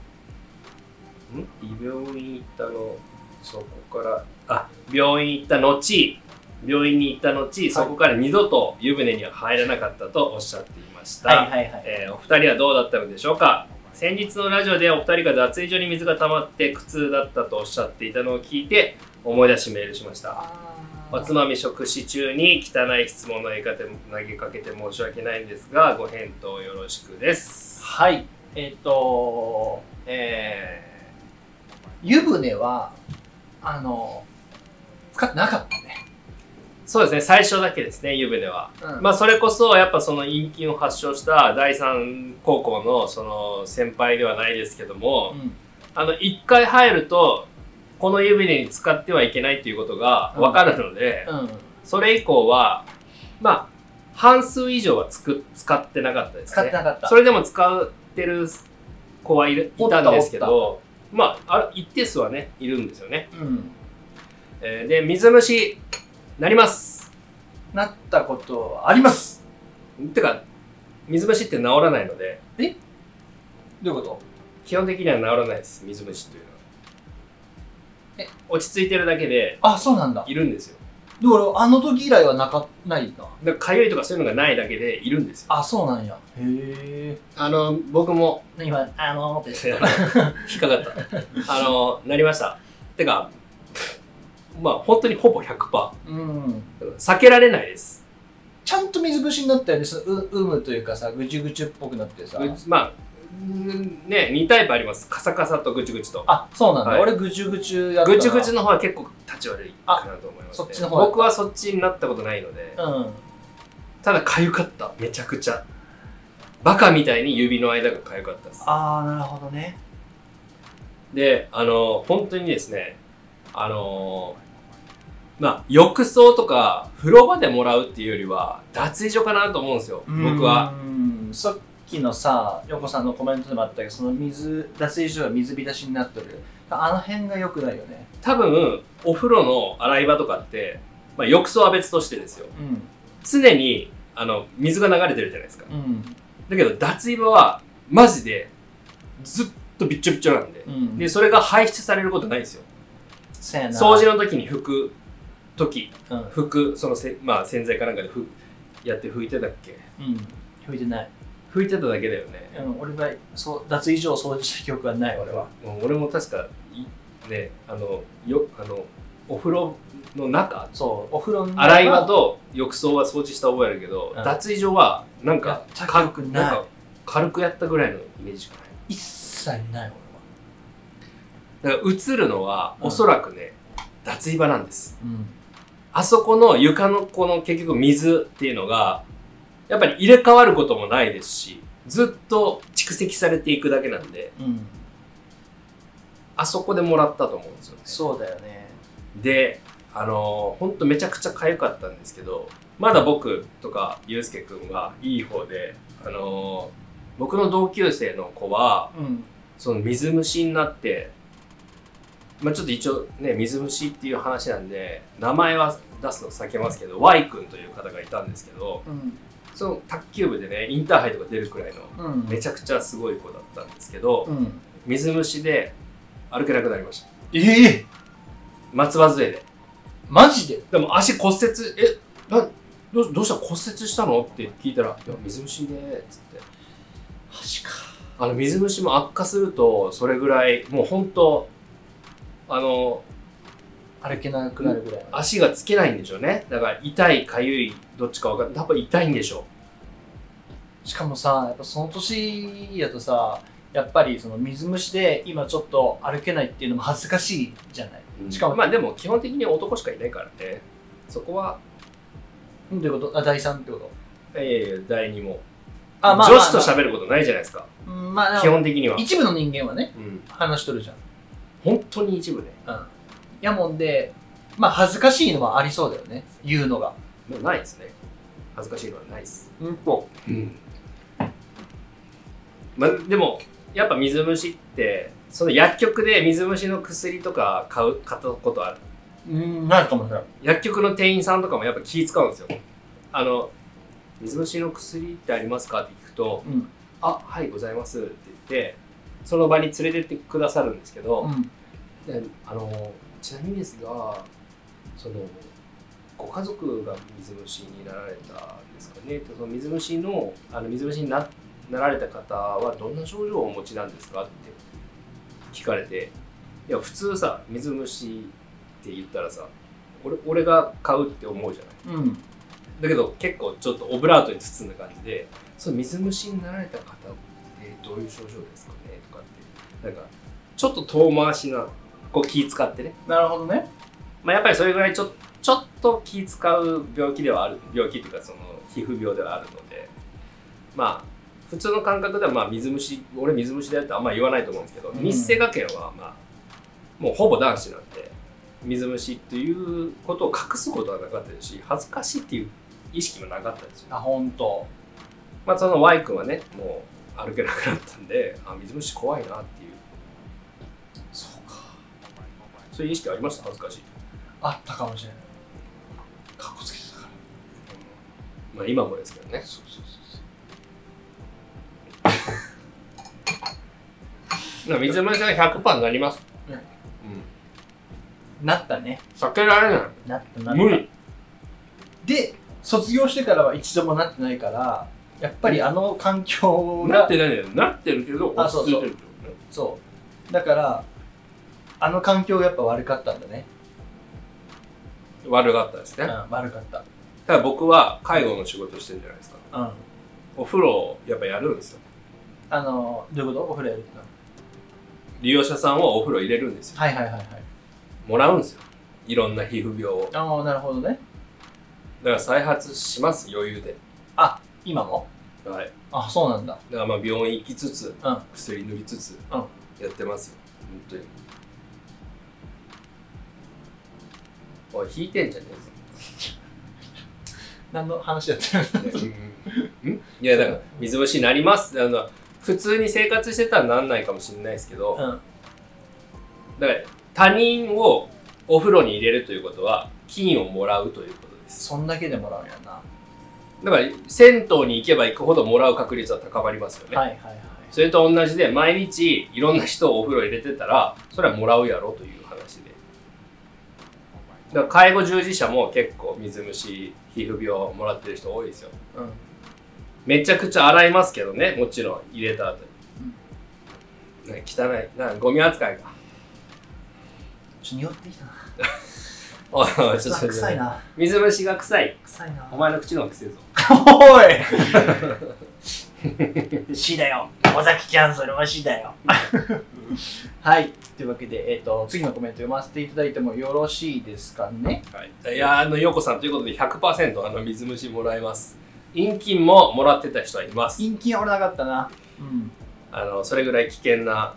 Speaker 1: ん病院行ったのそこからあ病院行った後病院に行った後、そこから二度と湯船には入らなかったとおっしゃっていました、
Speaker 2: はいはいはい。
Speaker 1: えーお二人はどうだったのでしょうか先日のラジオでお二人が脱衣所に水が溜まって苦痛だったとおっしゃっていたのを聞いて思い出しメールしましたおつまみ食事中に汚い質問の言い方投げかけて申し訳ないんですがご返答よろしくです
Speaker 2: はい。えっ、とえー、湯船は、あの、使ってなかったね。
Speaker 1: そうですね最初だけですね湯船は、
Speaker 2: うん
Speaker 1: まあそれこそやっぱその陰菌を発症した第三高校のその先輩ではないですけども、
Speaker 2: うん
Speaker 1: あの一回入るとこの湯船に使ってはいけないということが分かるので、
Speaker 2: うん。
Speaker 1: それ以降はまあ半数以上はつく使ってなかったですね
Speaker 2: 使ってなかった
Speaker 1: それでも使ってる子はいるいたんですけどまあある一定数はねいるんですよね、
Speaker 2: うん。
Speaker 1: えーで水虫なります
Speaker 2: なったことあります。
Speaker 1: てか水虫って治らないので
Speaker 2: どういうこと
Speaker 1: 基本的には治らないです水虫というのは
Speaker 2: え
Speaker 1: 落ち着いてるだけで
Speaker 2: あ、そうなんだ。
Speaker 1: いるんですよ
Speaker 2: で俺、あの時以来はなか、ないな。
Speaker 1: だから痒いとかそういうのがないだけでいるんですよ
Speaker 2: あ、そうなんや。へ
Speaker 1: あの僕も
Speaker 2: え。今、あのーって。
Speaker 1: 引っかかった。あの、なりました。てか、まあ、本当にほぼ100%。
Speaker 2: うん。
Speaker 1: 避けられないです。
Speaker 2: ちゃんと水節になったよね。そのう、うむというかさ、ぐちゅぐちゅっぽくなってさ。
Speaker 1: ぐまあ、うんね、2タイプあります。カサカサとぐちぐちと。
Speaker 2: あ、そうなんだ。
Speaker 1: はい
Speaker 2: 俺、ぐちゅぐちゅやったな。
Speaker 1: ぐちぐちの方は結構立ち悪いかなと思います、ね。
Speaker 2: あそっちの方だ
Speaker 1: 僕はそっちになったことないので、
Speaker 2: うん。
Speaker 1: ただ痒かった。めちゃくちゃ。バカみたいに指の間が痒かったです。
Speaker 2: あー、なるほどね。
Speaker 1: で、あの、本当にですね、あの、まあ、浴槽とか風呂場でもらうっていうよりは脱衣所かなと思うんですよ、僕は。
Speaker 2: うん。さっきのさ、横さんのコメントでもあったけど、その水、脱衣所が水浸しになってる。あの辺が良くないよね。
Speaker 1: 多分、お風呂の洗い場とかって、まあ、浴槽は別としてですよ。
Speaker 2: うん。
Speaker 1: 常に、あの、水が流れてるじゃないですか。
Speaker 2: うん。
Speaker 1: だけど、脱衣場は、マジで、ずっとびっちょびちょなんで
Speaker 2: う。ん。
Speaker 1: で、それが排出されることないんですよ。
Speaker 2: せやな。
Speaker 1: 掃除の時に拭く時、
Speaker 2: うん。
Speaker 1: 拭く、そのせ、まあ、洗剤かなんかで拭、やって拭いてたっけ
Speaker 2: うん。吹いてない。
Speaker 1: 拭拭いてただけだよね。
Speaker 2: うん、俺はそう脱衣所を掃除した記憶はない俺は
Speaker 1: うん俺も確か、いね、あの、よ、あの、お風呂の中、
Speaker 2: そうお風呂の
Speaker 1: 洗い場と浴槽は掃除した覚えあるけど、
Speaker 2: うん
Speaker 1: 脱衣所は、なん
Speaker 2: や
Speaker 1: か
Speaker 2: っ、た記
Speaker 1: か
Speaker 2: 憶ない
Speaker 1: なんか、軽くやったぐらいのイメージしかない。
Speaker 2: 一切ない
Speaker 1: だから映るのは、
Speaker 2: うん
Speaker 1: おそらくね、脱衣場なんです。
Speaker 2: 俺は
Speaker 1: あそこの床のこの結局水っていうのが、やっぱり入れ替わることもないですし、ずっと蓄積されていくだけなんで、
Speaker 2: うん、うん、
Speaker 1: あそこでもらったと思うんですよね。
Speaker 2: そうだよね
Speaker 1: で、あのー、ほんとめちゃくちゃ痒かったんですけど、まだ僕とかゆうすけくんはいい方で、あのー、僕の同級生の子は、
Speaker 2: うん
Speaker 1: その水虫になって、まあちょっと一応ね、水虫っていう話なんで、名前は出すの避けますけど、Y 君という方がいたんですけど、
Speaker 2: うん
Speaker 1: その卓球部でね、インターハイとか出るくらいの、
Speaker 2: うん
Speaker 1: めちゃくちゃすごい子だったんですけど、
Speaker 2: うん
Speaker 1: 水虫で歩けなくなりました。
Speaker 2: ええ
Speaker 1: 松葉杖で。
Speaker 2: マジで
Speaker 1: でも足骨折、え、などうどうした骨折したのって聞いたら、いや、水虫で、つって。
Speaker 2: マジか
Speaker 1: あの、水虫も悪化すると、それぐらい、もう本当あの、
Speaker 2: 歩けなくなるぐらいの
Speaker 1: 足がつけないんでしょうね。だから、痛い、かゆい、どっちかわかんない。多分痛いんでしょ。
Speaker 2: しかもさやっぱその年やとさやっぱりその水虫で今ちょっと歩けないっていうのも恥ずかしいじゃないうしかも
Speaker 1: まあでも、基本的に男しかいないからね。そこは、
Speaker 2: うんどういうことあ第3ってこと
Speaker 1: ええ第二も。
Speaker 2: あまあ
Speaker 1: 女子と喋ることないじゃないですか。
Speaker 2: うんまあでも
Speaker 1: 基本的には。
Speaker 2: 一部の人間はね
Speaker 1: うん。
Speaker 2: 話しとるじゃん
Speaker 1: 本当に一部ね。
Speaker 2: うんやもんでまあ恥ずかしいのはありそうだよね言うのが
Speaker 1: もうないですね。恥ずかしいのはないです。
Speaker 2: うんと
Speaker 1: うん。まあ、でも、やっぱ水虫って、その薬局で水虫の薬とか買う、買ったことある。
Speaker 2: うんなるかもしれない
Speaker 1: 薬局の店員さんとかもやっぱ気使うんですよ。あの、水虫の薬ってありますかって聞くと、
Speaker 2: うん
Speaker 1: あ、はい、ございますって言って、その場に連れてってくださるんですけど、
Speaker 2: うん
Speaker 1: であのちなみにですがそのご家族が水虫になられたんですかねその水虫のあの水虫にななられた方はどんな症状をお持ちなんですかって聞かれていや普通さ水虫って言ったらさ俺俺が買うって思うじゃない
Speaker 2: うん
Speaker 1: だけど結構ちょっとオブラートに包んだ感じでその水虫になられた方ってどういう症状ですかねとかってなんかちょっと遠回しなこう気使ってね、
Speaker 2: なるほどね
Speaker 1: まあ、やっぱりそれぐらいちょちょっと気使う病気ではある病気っていうかその皮膚病ではあるのでまあ普通の感覚ではまあ水虫俺水虫だよってあんま言わないと思うんですけど、
Speaker 2: うん
Speaker 1: 日生学園はまあもうほぼ男子なんで水虫っていうことを隠すことはなかったですし恥ずかしいっていう意識もなかったですよ
Speaker 2: あ本当
Speaker 1: まあ、その Y 君はねもう歩けなくなったんであ水虫怖いなっていう
Speaker 2: そうか
Speaker 1: そういう意識ありました恥ずかしい、
Speaker 2: あったかもしれないかっこつけてたから
Speaker 1: まあ、今もですけ どね
Speaker 2: そうそうそう
Speaker 1: 水虫は100%になります、
Speaker 2: うん
Speaker 1: うん、
Speaker 2: なったね
Speaker 1: 避けられな
Speaker 2: なったなっ
Speaker 1: い
Speaker 2: た
Speaker 1: 無理
Speaker 2: で卒業してからは一度もなってないからやっぱりあの環境
Speaker 1: な
Speaker 2: が
Speaker 1: ってないんだよなってるけど
Speaker 2: あ
Speaker 1: 落
Speaker 2: そ
Speaker 1: ち着
Speaker 2: う
Speaker 1: い
Speaker 2: そう
Speaker 1: てるってことね
Speaker 2: そうだからあの環境がやっぱ悪かったんだね、
Speaker 1: 悪かったです
Speaker 2: う
Speaker 1: ね
Speaker 2: ん
Speaker 1: だか、
Speaker 2: 悪かった
Speaker 1: ら僕は介護の仕事してるじゃないですか
Speaker 2: うん
Speaker 1: お風呂をやっぱやるんですよ
Speaker 2: あのどういうことお風呂やるっての
Speaker 1: 利用者さんはお風呂入れるんですよ
Speaker 2: はいはいはいはい
Speaker 1: もらうんですよいろんな皮膚病をだ
Speaker 2: ああなるほどね
Speaker 1: から再発します余裕で
Speaker 2: 今も
Speaker 1: はい
Speaker 2: あそうなんだ
Speaker 1: だからまあ病院行きつつ、
Speaker 2: うん
Speaker 1: 薬塗りつつ、
Speaker 2: ん
Speaker 1: やってますよ本当におい引いてんじゃね
Speaker 2: 何の話やってる
Speaker 1: えぞんいやだから水虫になりますあの普通に生活してたらなんないかもしれないですけど、
Speaker 2: うん
Speaker 1: だから他人をお風呂に入れるということは菌をもらうということです
Speaker 2: そんだけでもらうんやな、
Speaker 1: だから銭湯に行けば行くほどもらう確率は高まりますよね、
Speaker 2: はいはいはい
Speaker 1: それと同じで毎日いろんな人をお風呂入れてたらそれはもらうやろという話でだから介護従事者も結構水虫皮膚病もらってる人多いですよ
Speaker 2: うん
Speaker 1: めちゃくちゃ洗いますけどね、もちろん、入れた後に。ね汚い、なゴミ扱いか。
Speaker 2: ちょっと匂ってきたな。
Speaker 1: おいおいちょっと
Speaker 2: 臭いな。
Speaker 1: 水虫が臭い。
Speaker 2: 臭いな。
Speaker 1: お前の口の方が臭いぞ。
Speaker 2: お い死だよ尾崎ちゃんそれは死だよ はいというわけで、えっと次のコメント読ませていただいてもよろしいですかね
Speaker 1: はい、いやーあの、ヨコさんということで100%あの水虫もらえます。陰菌ももらってた人はいます。
Speaker 2: 陰菌は俺なかったなうん
Speaker 1: あの、それぐらい危険な、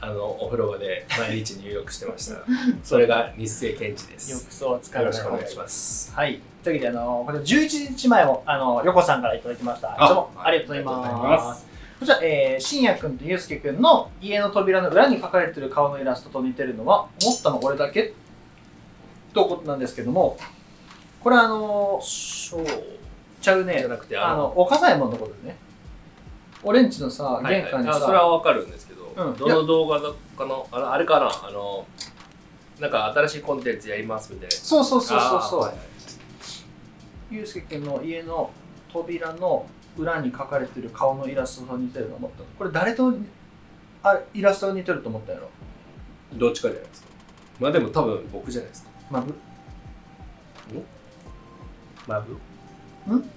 Speaker 1: あの、お風呂場で毎日入浴してました。それが日清検知です。
Speaker 2: 浴槽は使
Speaker 1: よ
Speaker 2: わ
Speaker 1: ろ
Speaker 2: ない
Speaker 1: しく
Speaker 2: 方
Speaker 1: お
Speaker 2: が
Speaker 1: 願いします。
Speaker 2: はいというわけであのこれ11日前もあの横さんからいただきました
Speaker 1: あ
Speaker 2: いつも
Speaker 1: はい
Speaker 2: ありがとうございます,、
Speaker 1: ありがとうございま
Speaker 2: こちら、えー、信也くんとゆうすけくんの家の扉の裏に描かれてる顔のイラストと似てるのは、思ったの俺だけということなんですけども、これあのー、しょうちゃう
Speaker 1: じ
Speaker 2: ね
Speaker 1: ゃ、なくて、
Speaker 2: あの、おかざいもんのことですね。俺んちのさ、
Speaker 1: はい
Speaker 2: 玄
Speaker 1: はい
Speaker 2: 関に
Speaker 1: あ
Speaker 2: さ、
Speaker 1: それはわかるんですけど、
Speaker 2: うん
Speaker 1: どの動画だかのあのあれかなあのなんか新しいコンテンツやりますみたいな
Speaker 2: そうそうそうそう
Speaker 1: あー
Speaker 2: そ
Speaker 1: は
Speaker 2: う
Speaker 1: い、
Speaker 2: ゆうすけくんの家の扉の裏に描かれてる顔のイラストと似てるの思ったのこれ誰とあイラストが似てると思ったやろ
Speaker 1: どっちかじゃないですかまあでも多分僕じゃないですか
Speaker 2: まあぶ
Speaker 1: マブ
Speaker 2: ん
Speaker 1: ん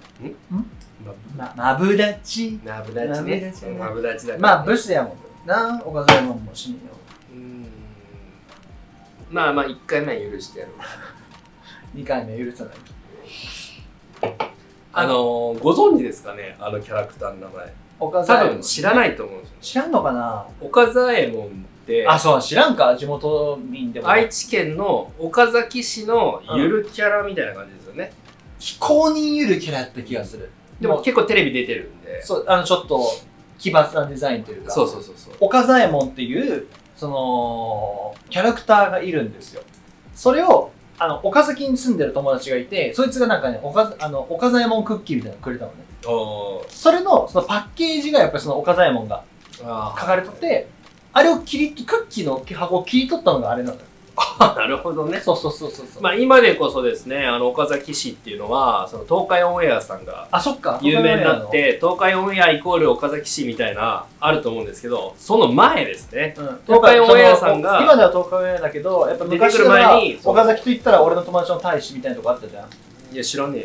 Speaker 1: マ
Speaker 2: ままぶだち
Speaker 1: ブマブダチねマ
Speaker 2: マ
Speaker 1: ブダチだから
Speaker 2: まあブスやもんなおかずやもんもしねえよ
Speaker 1: うーんまあまあ1回目は許してやる
Speaker 2: 2回目許さない
Speaker 1: あのーご存知ですかねあのキャラクターの名前
Speaker 2: おかず
Speaker 1: 多
Speaker 2: やもん
Speaker 1: 分知らないと思うんですよね
Speaker 2: 知らんのかな
Speaker 1: 岡左衛門って
Speaker 2: あそう知らんか地元民でも
Speaker 1: 愛知県の岡崎市のゆるキャラみたいな感じですよね、
Speaker 2: 非公認ゆるキャラやった気がする
Speaker 1: でも結構テレビ出てるんで。
Speaker 2: そうあのちょっと奇抜なデザインというか
Speaker 1: そうそうそうそう。
Speaker 2: 岡左衛門っていうそのキャラクターがいるんですよそれをあの岡崎に住んでる友達がいてそいつがなんかね岡あの岡左衛門クッキーみたいなのくれたのね
Speaker 1: お
Speaker 2: それのそのパッケージがやっぱりその岡左衛門が
Speaker 1: あ
Speaker 2: 書かれとってあれを切りクッキーの箱を切り取ったのがあれなんだよ
Speaker 1: あ、 なるほどね。
Speaker 2: そうそうそうそうそう、
Speaker 1: まあ今でこそですね、あの岡崎市っていうのは、その東海オンエアさんが
Speaker 2: あそっか
Speaker 1: 有名になって、東海オンエアイコール岡崎市みたいな、あると思うんですけど、その前ですね。
Speaker 2: うん
Speaker 1: 東海オンエアさんが
Speaker 2: やっぱその今では東海オンエアだけどやっぱ昔
Speaker 1: 出てく
Speaker 2: か
Speaker 1: る
Speaker 2: ら
Speaker 1: 前にそう
Speaker 2: 岡崎と言ったら俺の友達の大使みたいなとこあったじゃん
Speaker 1: いや、知らね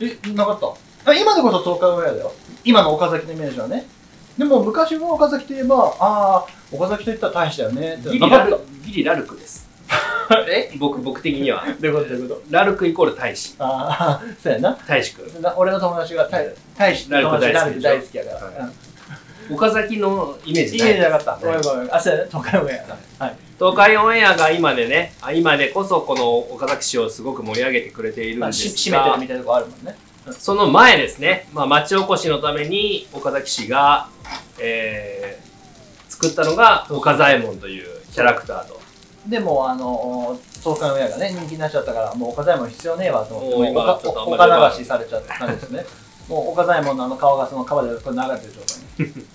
Speaker 1: えよ、そんなの。
Speaker 2: え、なかった。あ今でこそ東海オンエアだよ。今の岡崎のイメージはね。でも昔は岡崎といえば、ああ、岡崎といったら大使だよねって
Speaker 1: ギリラ
Speaker 2: な
Speaker 1: ル
Speaker 2: かっ、
Speaker 1: ギリラルクです。
Speaker 2: た え
Speaker 1: 僕、僕的には。
Speaker 2: どういうことどういうこと
Speaker 1: ラルクイコール大使。
Speaker 2: ああ、そうやな。
Speaker 1: 大使くん。
Speaker 2: な俺の友達が大大使って友達
Speaker 1: な
Speaker 2: な
Speaker 1: るほど
Speaker 2: るで
Speaker 1: 大
Speaker 2: 大
Speaker 1: 好
Speaker 2: 好きやから。
Speaker 1: は
Speaker 2: う
Speaker 1: い
Speaker 2: ん
Speaker 1: 岡崎のイメー
Speaker 2: いい
Speaker 1: ジ
Speaker 2: イ
Speaker 1: ない
Speaker 2: メージなかった。ごめ
Speaker 1: は
Speaker 2: ん
Speaker 1: い
Speaker 2: ごめん。あ、そうやね。東海オンエアだ。はい。
Speaker 1: 東海オンエアが今でね、あ今でこそこの岡崎市をすごく盛り上げてくれているん
Speaker 2: まあ、
Speaker 1: で
Speaker 2: し
Speaker 1: す
Speaker 2: 締
Speaker 1: が、
Speaker 2: めてるみたいなとこあるもんね。
Speaker 1: その前ですね、まあ、町おこしのために岡崎市が、えー作ったのが岡左衛門というキャラクターと。
Speaker 2: でも、あの、東海オンエアがね、人気になっちゃったから、もう岡左衛門必要ねえわと思って、
Speaker 1: もう
Speaker 2: もう
Speaker 1: 今
Speaker 2: 岡
Speaker 1: ちょっとあんまり
Speaker 2: 岡流しされちゃったんですね。もう岡左衛門のあの顔がその川でこれ流れてる状態に。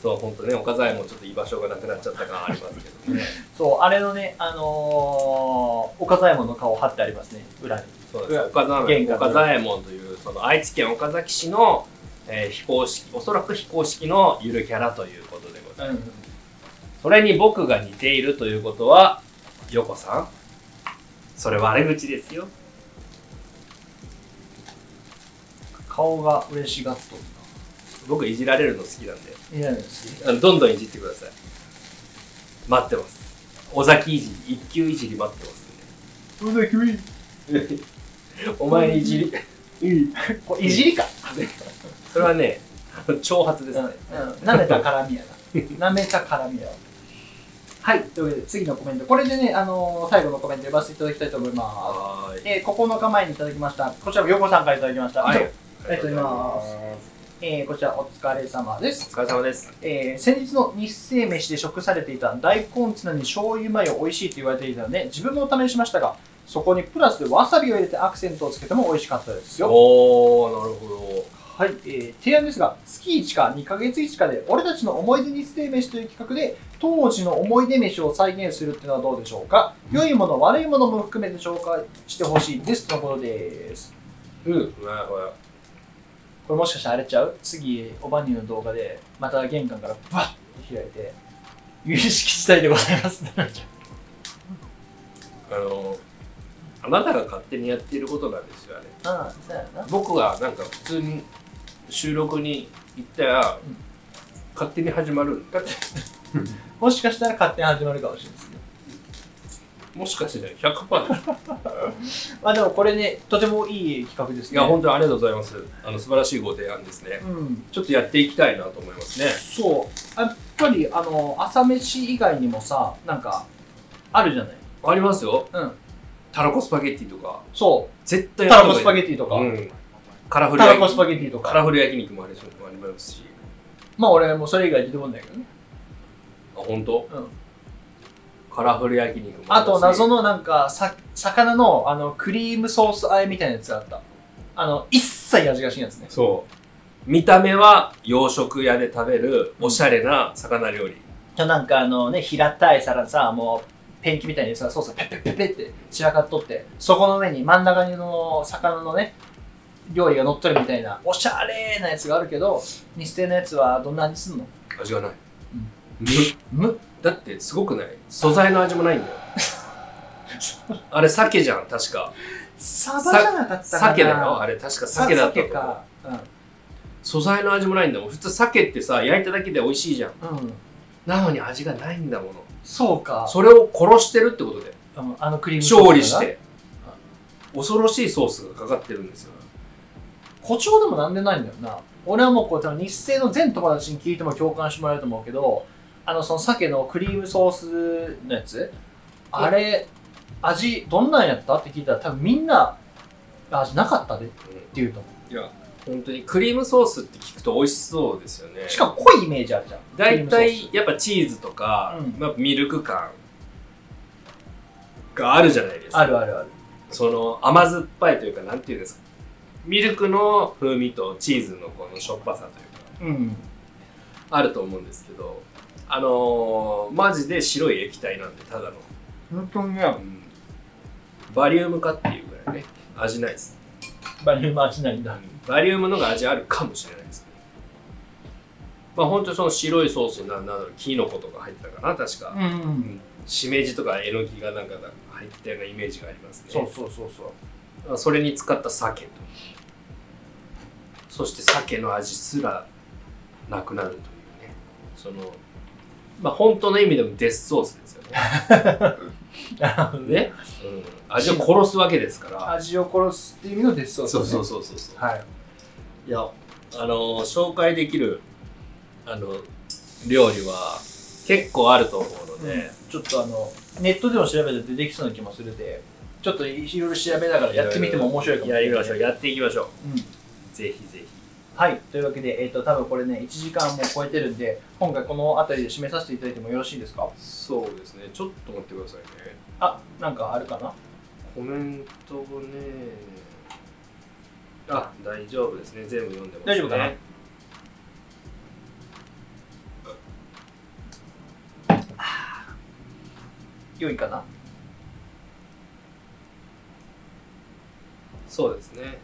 Speaker 1: そう、本当ね、岡左衛門ちょっと居場所がなくなっちゃった感ありますけどね。
Speaker 2: そう、あれのね、あのー、岡左衛門の顔を貼ってありますね、裏に。
Speaker 1: そうです岡左衛
Speaker 2: 玄
Speaker 1: 門
Speaker 2: 関
Speaker 1: 岡左衛門という、その愛知県岡崎市の、えー非公式、おそらく非公式のゆるキャラということでございます。
Speaker 2: うん。
Speaker 1: それに僕が似ているということは、ヨコさん、それ悪口ですよ。
Speaker 2: 顔が嬉しがっと
Speaker 1: 僕いじられるの好きなんで。
Speaker 2: るな。いやいや、す
Speaker 1: あのどんどんいじってください待ってます尾崎いじり一級いじり待ってます
Speaker 2: ごい。君、
Speaker 1: ん でお前いじり
Speaker 2: これいじりか。
Speaker 1: それはねあの挑発で
Speaker 2: う
Speaker 1: す
Speaker 2: ん。う
Speaker 1: ね
Speaker 2: ん、舐めた絡みや な。舐めた絡みやわ。はい、というわけで、次のコメント。これでね、あのー、最後のコメント呼ばせていただきたいと思いま
Speaker 1: はー
Speaker 2: す。えー、9日前にいただきました。こちらも横さんからいただきました。
Speaker 1: はい
Speaker 2: 以上。ありがとうございます
Speaker 1: す
Speaker 2: えー、こちらお疲れ様です。
Speaker 1: お疲れ様です
Speaker 2: えー先日の日清飯で食されていた大根ツナに醤油マヨ美味しいと言われていたので自分もお試ししましたがそこにプラスでわさびを入れてアクセントをつけても美味しかったですよ
Speaker 1: おーなるほ
Speaker 2: はい、えー提案ですが月1か2ヶ月1かで俺たちの思い出日清飯という企画で当時の思い出飯を再現するっていうのはどうでしょうか良いもの悪いものも含めて紹介してほしいですとのことです
Speaker 1: どうんうまいこ
Speaker 2: これもしかしたらあれちゃう次、オバニューの動画で、また玄関からバッて開いて、有識地帯でございますってなっちゃ
Speaker 1: あの、あなたが勝手にやってることなんですよ、あれ。
Speaker 2: う。ああ、そうやな。
Speaker 1: 僕はなんか普通に収録に行ったら、
Speaker 2: うん
Speaker 1: 勝手に始まるんだって
Speaker 2: もしかしたら勝手に始まるかもしれないですね。
Speaker 1: もしかして100%でしょ
Speaker 2: まあでもこれね、とてもいい企画です
Speaker 1: い
Speaker 2: ね。
Speaker 1: や本当にありがとうございますあの素晴らしいご提案ですね
Speaker 2: うん。
Speaker 1: ちょっとやっていきたいなと思いますね
Speaker 2: そう。やっぱり、あの、朝飯以外にもさ、なんか、あるじゃない。
Speaker 1: ありますよ
Speaker 2: うん。
Speaker 1: たらこスパゲッティとか
Speaker 2: そ
Speaker 1: 絶
Speaker 2: う。
Speaker 1: 対
Speaker 2: たらこスパ
Speaker 1: ッ
Speaker 2: ゲッティとか、
Speaker 1: うんカラフル
Speaker 2: たら
Speaker 1: 焼
Speaker 2: こス
Speaker 1: き
Speaker 2: パゲッティと
Speaker 1: カ
Speaker 2: か。
Speaker 1: ラフル焼肉もありありますし
Speaker 2: まあ俺もうそれ以外出てこないけどね。
Speaker 1: あ本当
Speaker 2: うん。
Speaker 1: カラフル焼肉も
Speaker 2: あと謎
Speaker 1: の
Speaker 2: のなんかさ魚のあのクリームソース和えみたいなやつがあったあの一切味がしないやつね
Speaker 1: そう見た目は洋食屋で食べるおしゃれな魚料理、
Speaker 2: なんかあのね平たい皿にさもうペンキみたいにさソースがペッペッペッペッって散らかっとってそこの上に真ん中にの魚のね料理が乗っとるみたいなおしゃれなやつがあるけど日清のやつはどんな味すんの
Speaker 1: 味がない、
Speaker 2: うん
Speaker 1: む
Speaker 2: む
Speaker 1: だってすごくない素材の味も ないんだよあれ鮭じゃん確か
Speaker 2: サバじゃなかったかな
Speaker 1: 鮭だよあれ確か鮭だった
Speaker 2: 鮭
Speaker 1: と思う
Speaker 2: かう
Speaker 1: 素材の味もないんだもん普通鮭ってさ焼いただけで美味しいじゃん
Speaker 2: ん、うん、
Speaker 1: なのに味がないんだもの
Speaker 2: そうか
Speaker 1: それを殺してるってことで
Speaker 2: うんあのクリームソースが
Speaker 1: 勝利して恐ろしいソースがかかってるんですよ
Speaker 2: 誇張でもなんでないんだよな俺はもうこう多分日清の全友達に聞いても共感してもらえると思うけどあのその鮭のクリームソースのやつあれ味どんなんやったって聞いたら多分みんな味なかったでって言うと思
Speaker 1: いや本当にクリームソースって聞くと美味しそうですよね
Speaker 2: うしかも濃いイメージあるじゃん
Speaker 1: 大体
Speaker 2: ク
Speaker 1: やっぱチーズとか、
Speaker 2: うん
Speaker 1: まあ、ミルク感があるじゃないです
Speaker 2: リームソース
Speaker 1: か
Speaker 2: あるあるある
Speaker 1: その甘酸っぱいというかなんていうんですかミルクの風味とチーズのこのしょっぱさという
Speaker 2: うん
Speaker 1: かあると思うんですけどあのー、マジで白い液体なんでただの、
Speaker 2: 本当にね
Speaker 1: うんバリウムかっていうぐらいね味ないです
Speaker 2: バリウム味ないんだ
Speaker 1: バリウムのが味あるかもしれないですねまあ本当にその白いソースにななるキノコとか入ってたかな確か、
Speaker 2: ん、う、
Speaker 1: うんんしめじとかえのきがなんか入ってたようなイメージがありますね
Speaker 2: そうそうそう そう
Speaker 1: それに使った鮭とそして鮭の味すらなくなるというねそのまあ本当の意味でもデスソースですよね
Speaker 2: なる ほどね
Speaker 1: ね、うん、味を殺すわけですから
Speaker 2: 味を殺すっていう意味のデスソース、
Speaker 1: そ
Speaker 2: ね、
Speaker 1: うそう
Speaker 2: そ
Speaker 1: そうそうそう
Speaker 2: はい
Speaker 1: いやあの紹介できるあの料理は結構あると思うので、
Speaker 2: ちょっとあのネットでも調べたら出てきそうな気もするでちょっといろいろ調べながらやってみても面白いかもしれない
Speaker 1: やりましょうやっていきましょう
Speaker 2: うん
Speaker 1: ぜひぜひ
Speaker 2: はいというわけで、えっと多分これね1時間も超えてるんで今回この辺りで締めさせていただいてもよろしいですか
Speaker 1: そうですねちょっと待ってくださいね
Speaker 2: あなんかあるかな
Speaker 1: コメントをねあ大丈夫ですね全部読んでます、ね、
Speaker 2: 大丈夫かな良いかな
Speaker 1: そうですね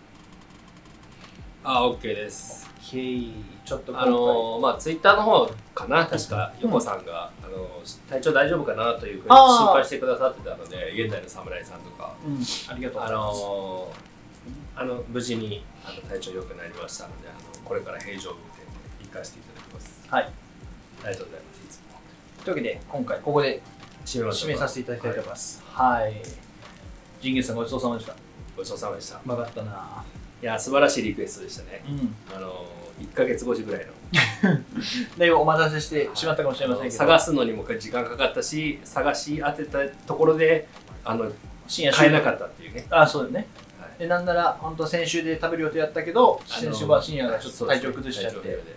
Speaker 1: あ OK です
Speaker 2: ちょっと今回、
Speaker 1: あのーまあツイッターの方かな確か横さんが、あのー体調大丈夫かなというふうに
Speaker 2: あー
Speaker 1: 心配してくださってたので現代の侍さんとか
Speaker 2: うん、ありがとう
Speaker 1: あのーあの無事にあの体調良くなりましたのであのこれから平常運転で行かせていただきます
Speaker 2: はい
Speaker 1: ありがとうございますいつも
Speaker 2: というわけで今回ここで
Speaker 1: 締めましょ
Speaker 2: 締
Speaker 1: う
Speaker 2: めさ
Speaker 1: か
Speaker 2: せていただきたいと思いますはいジンギスさんごちそうさまでしたう
Speaker 1: ごちそうさまでした
Speaker 2: まかったない
Speaker 1: や素晴らしいリクエストでしたね
Speaker 2: うん
Speaker 1: あの1ヶ月越しぐらいの
Speaker 2: だいぶお待たせしてしまったかもしれませんけど
Speaker 1: 探すのにも時間かかったし探し当てたところであの
Speaker 2: 深夜
Speaker 1: 買えな
Speaker 2: った
Speaker 1: かったっていうね、
Speaker 2: あそうだよね、
Speaker 1: はい
Speaker 2: でなんなら本当先週で食べる予定やったけど
Speaker 1: あの
Speaker 2: 先週は深夜がちょっと体調崩しちゃっ
Speaker 1: そう
Speaker 2: て、
Speaker 1: ですね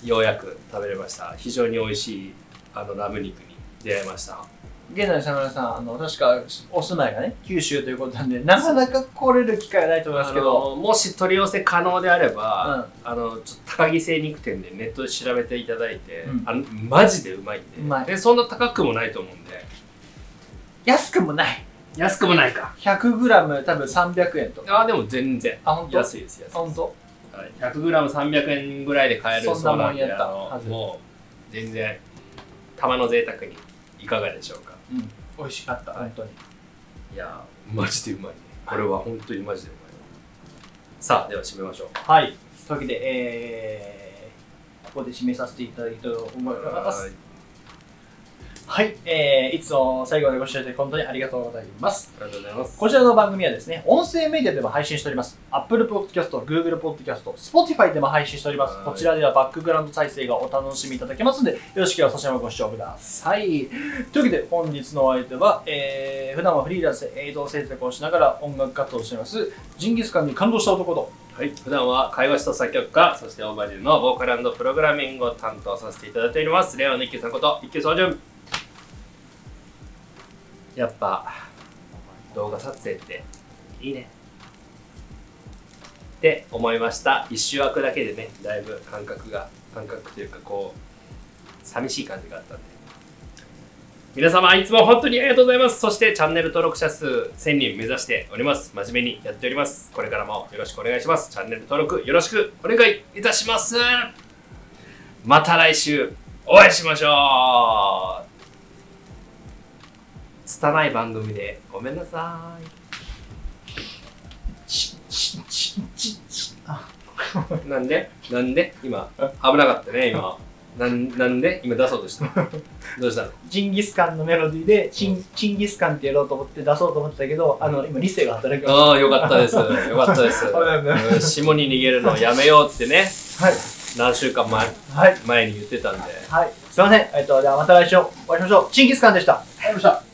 Speaker 1: 体調不良でようやく食べれました非常に美味しいあのラム肉に出会いました
Speaker 2: 現在サムラさんあの確かお住まいがね九州ということなんでなかなか来れる機会はないと思い
Speaker 1: あ
Speaker 2: ますけど
Speaker 1: のもし取り寄せ可能であれば、あのちょっと高木精肉店でネットで調べていただいて、
Speaker 2: うん
Speaker 1: あのマジでうまいんで
Speaker 2: うまい
Speaker 1: でそんな高くもないと思うんで
Speaker 2: 安くもない
Speaker 1: 安くもないか。
Speaker 2: 100g 多分300円とか。
Speaker 1: ああ、でも全然。
Speaker 2: あ、ほんと
Speaker 1: 安いです、安いです。
Speaker 2: ほんと
Speaker 1: はい、100g300 円ぐらいで買える
Speaker 2: そんな
Speaker 1: そう
Speaker 2: もん
Speaker 1: なんで
Speaker 2: やった
Speaker 1: あの
Speaker 2: はず
Speaker 1: もう全然玉の贅沢にいかがでしょうか
Speaker 2: うん。美味しかった、本当に。
Speaker 1: いやーマジでうまいねこれは本当にマジでうまいわさあでは締めましょう
Speaker 2: はい。というわけで、えー、ここで締めさせていただきたいと思います。
Speaker 1: はい
Speaker 2: はい、えー、いつも最後までご視聴いただき本当にありがとうございます。
Speaker 1: ありがとうございます
Speaker 2: こちらの番組はですね、音声メディアでも配信しております。Apple Podcast、Google Podcast、Spotify でも配信しております。
Speaker 1: はい
Speaker 2: こちらではバックグラウンド再生がお楽しみいただけますので、よろしければそちらもご視聴ください。というわけで、本日のお相手は、えー、普段はフリーランスで映像制作をしながら音楽活動をしています、ジンギスカンに感動した男と、
Speaker 1: はい、普段は会話師と作曲家そしてオーバーデューのボーカルプログラミングを担当させていただいておりますレオの一級さんこと一級総順やっぱ動画撮影っていいねって思いました一周空くだけでねだいぶ感覚が感覚というかこう寂しい感じがあったんで皆様いつも本当にありがとうございますそしてチャンネル登録者数1000人目指しております真面目にやっておりますこれからもよろしくお願いしますチャンネル登録よろしくお願いいたしますまた来週お会いしましょう拙い番組でごめんなさい
Speaker 2: チッチッチッチッチッあ、
Speaker 1: なんでなんで今危なかったね今なんなんで今出そうとしたのどうしたの
Speaker 2: ジンギスカンのメロディーでチン、チンギスカンってやろうと思って出そうと思ってたけど、あの、今理性が働きまし
Speaker 1: ああよかった ですよかったです
Speaker 2: た。危ない危ない
Speaker 1: うん下に逃げるのやめようってね
Speaker 2: はい。
Speaker 1: 何週間前
Speaker 2: はい。
Speaker 1: 前に言ってたんで
Speaker 2: はい。すいません。えっと、ではまた来週お会いしましょう。チンギスカンでした。ありがとうございました。